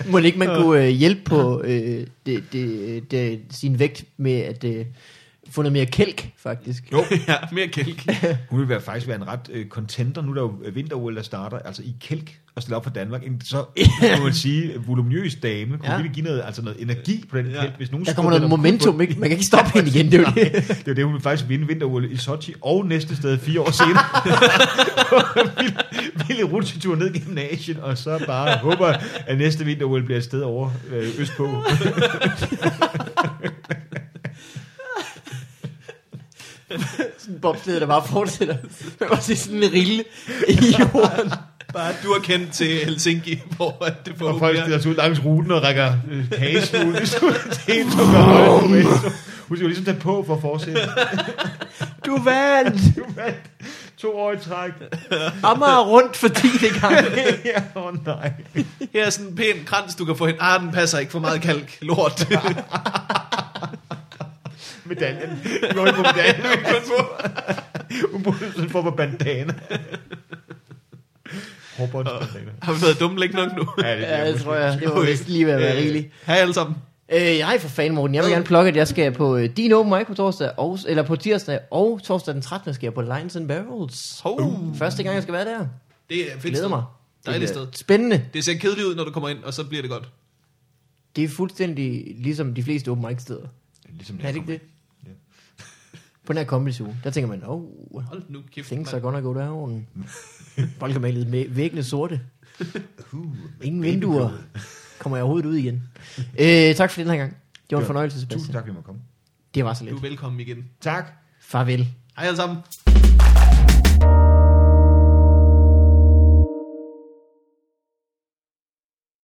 C: Må det ikke man kunne øh, hjælpe på øh, det, det, det, sin vægt med at øh, få noget mere kælk, faktisk?
A: Jo. ja, mere kalk.
B: Hun vil være, faktisk være en ret øh, contender, nu er der jo øh, vinter der starter, altså i kælk og stille op for Danmark. En så, må man sige, voluminøs dame. Kunne
C: Ja.
B: ja. give noget, altså noget energi på den
A: Ja.
B: ja. kælk. Hvis nogen
C: Der
B: skulle-
C: kommer noget
B: den er-
C: momentum, ikke? Man kan ikke stoppe hende igen, det er jo det.
B: Det er det, hun vil faktisk vinde vinter i Sochi og næste sted fire år senere. Vild- Vild rutsjetur ned gennem Asien, og så bare håber, at næste vinter bliver et sted over øh, østpå.
C: Sådan en bobsled, der bare fortsætter. Man kan se sådan en rille i jorden.
A: Bare du er kendt til Helsinki, hvor at det
B: Og folk
A: får
B: stiller sig ud langs ruten og rækker øh, kagesmule. Det er helt så godt. Hun skal jo ligesom tage på for at fortsætte.
C: Du vandt!
B: Du vandt to år i træk.
C: Amager rundt for 10. gang.
B: ja, åh oh nej.
A: Her er sådan en pæn krans, du kan få hende. Ah, den passer ikke for meget kalk. Lort.
B: Medaljen. Du går ikke på medaljen. Hun burde sådan få på bandana. Hårbåndsbandana.
A: Har vi været dumme længe nok nu? Øh,
B: Ja, det,
C: Ja, det tror jeg. Det var vist lige ved at være rigeligt.
A: Hej alle sammen.
C: Øh, nej, for fanden, Morten. Jeg vil gerne plukke, at jeg skal på øh, din open mic på torsdag, og, eller på tirsdag, og torsdag den 13. skal jeg på Lions and Barrels.
B: Uh.
A: Hov.
C: Første gang, jeg skal være der.
A: Det er fedt.
C: Glæder
A: sted.
C: mig.
A: Dejligt
C: Det er
A: sted.
C: Spændende.
A: Det ser kedeligt ud, når du kommer ind, og så bliver det godt.
C: Det er fuldstændig ligesom de fleste open mic steder.
B: Ligesom
C: Er det ikke det? På den her comedy zoo, der tænker man, åh, oh,
A: Hold nu kæft,
C: things
A: mand.
C: are gonna go down. Folk er malet med væggene sorte. Ingen vinduer. Kommer jeg overhovedet ud igen? Øh, tak for den her gang. Det var en fornøjelse,
B: Tusind
C: Sebastian.
B: tak, vi må komme.
C: Det var så
A: Du er
C: lidt.
A: velkommen igen.
B: Tak.
C: Farvel.
A: Hej alle sammen.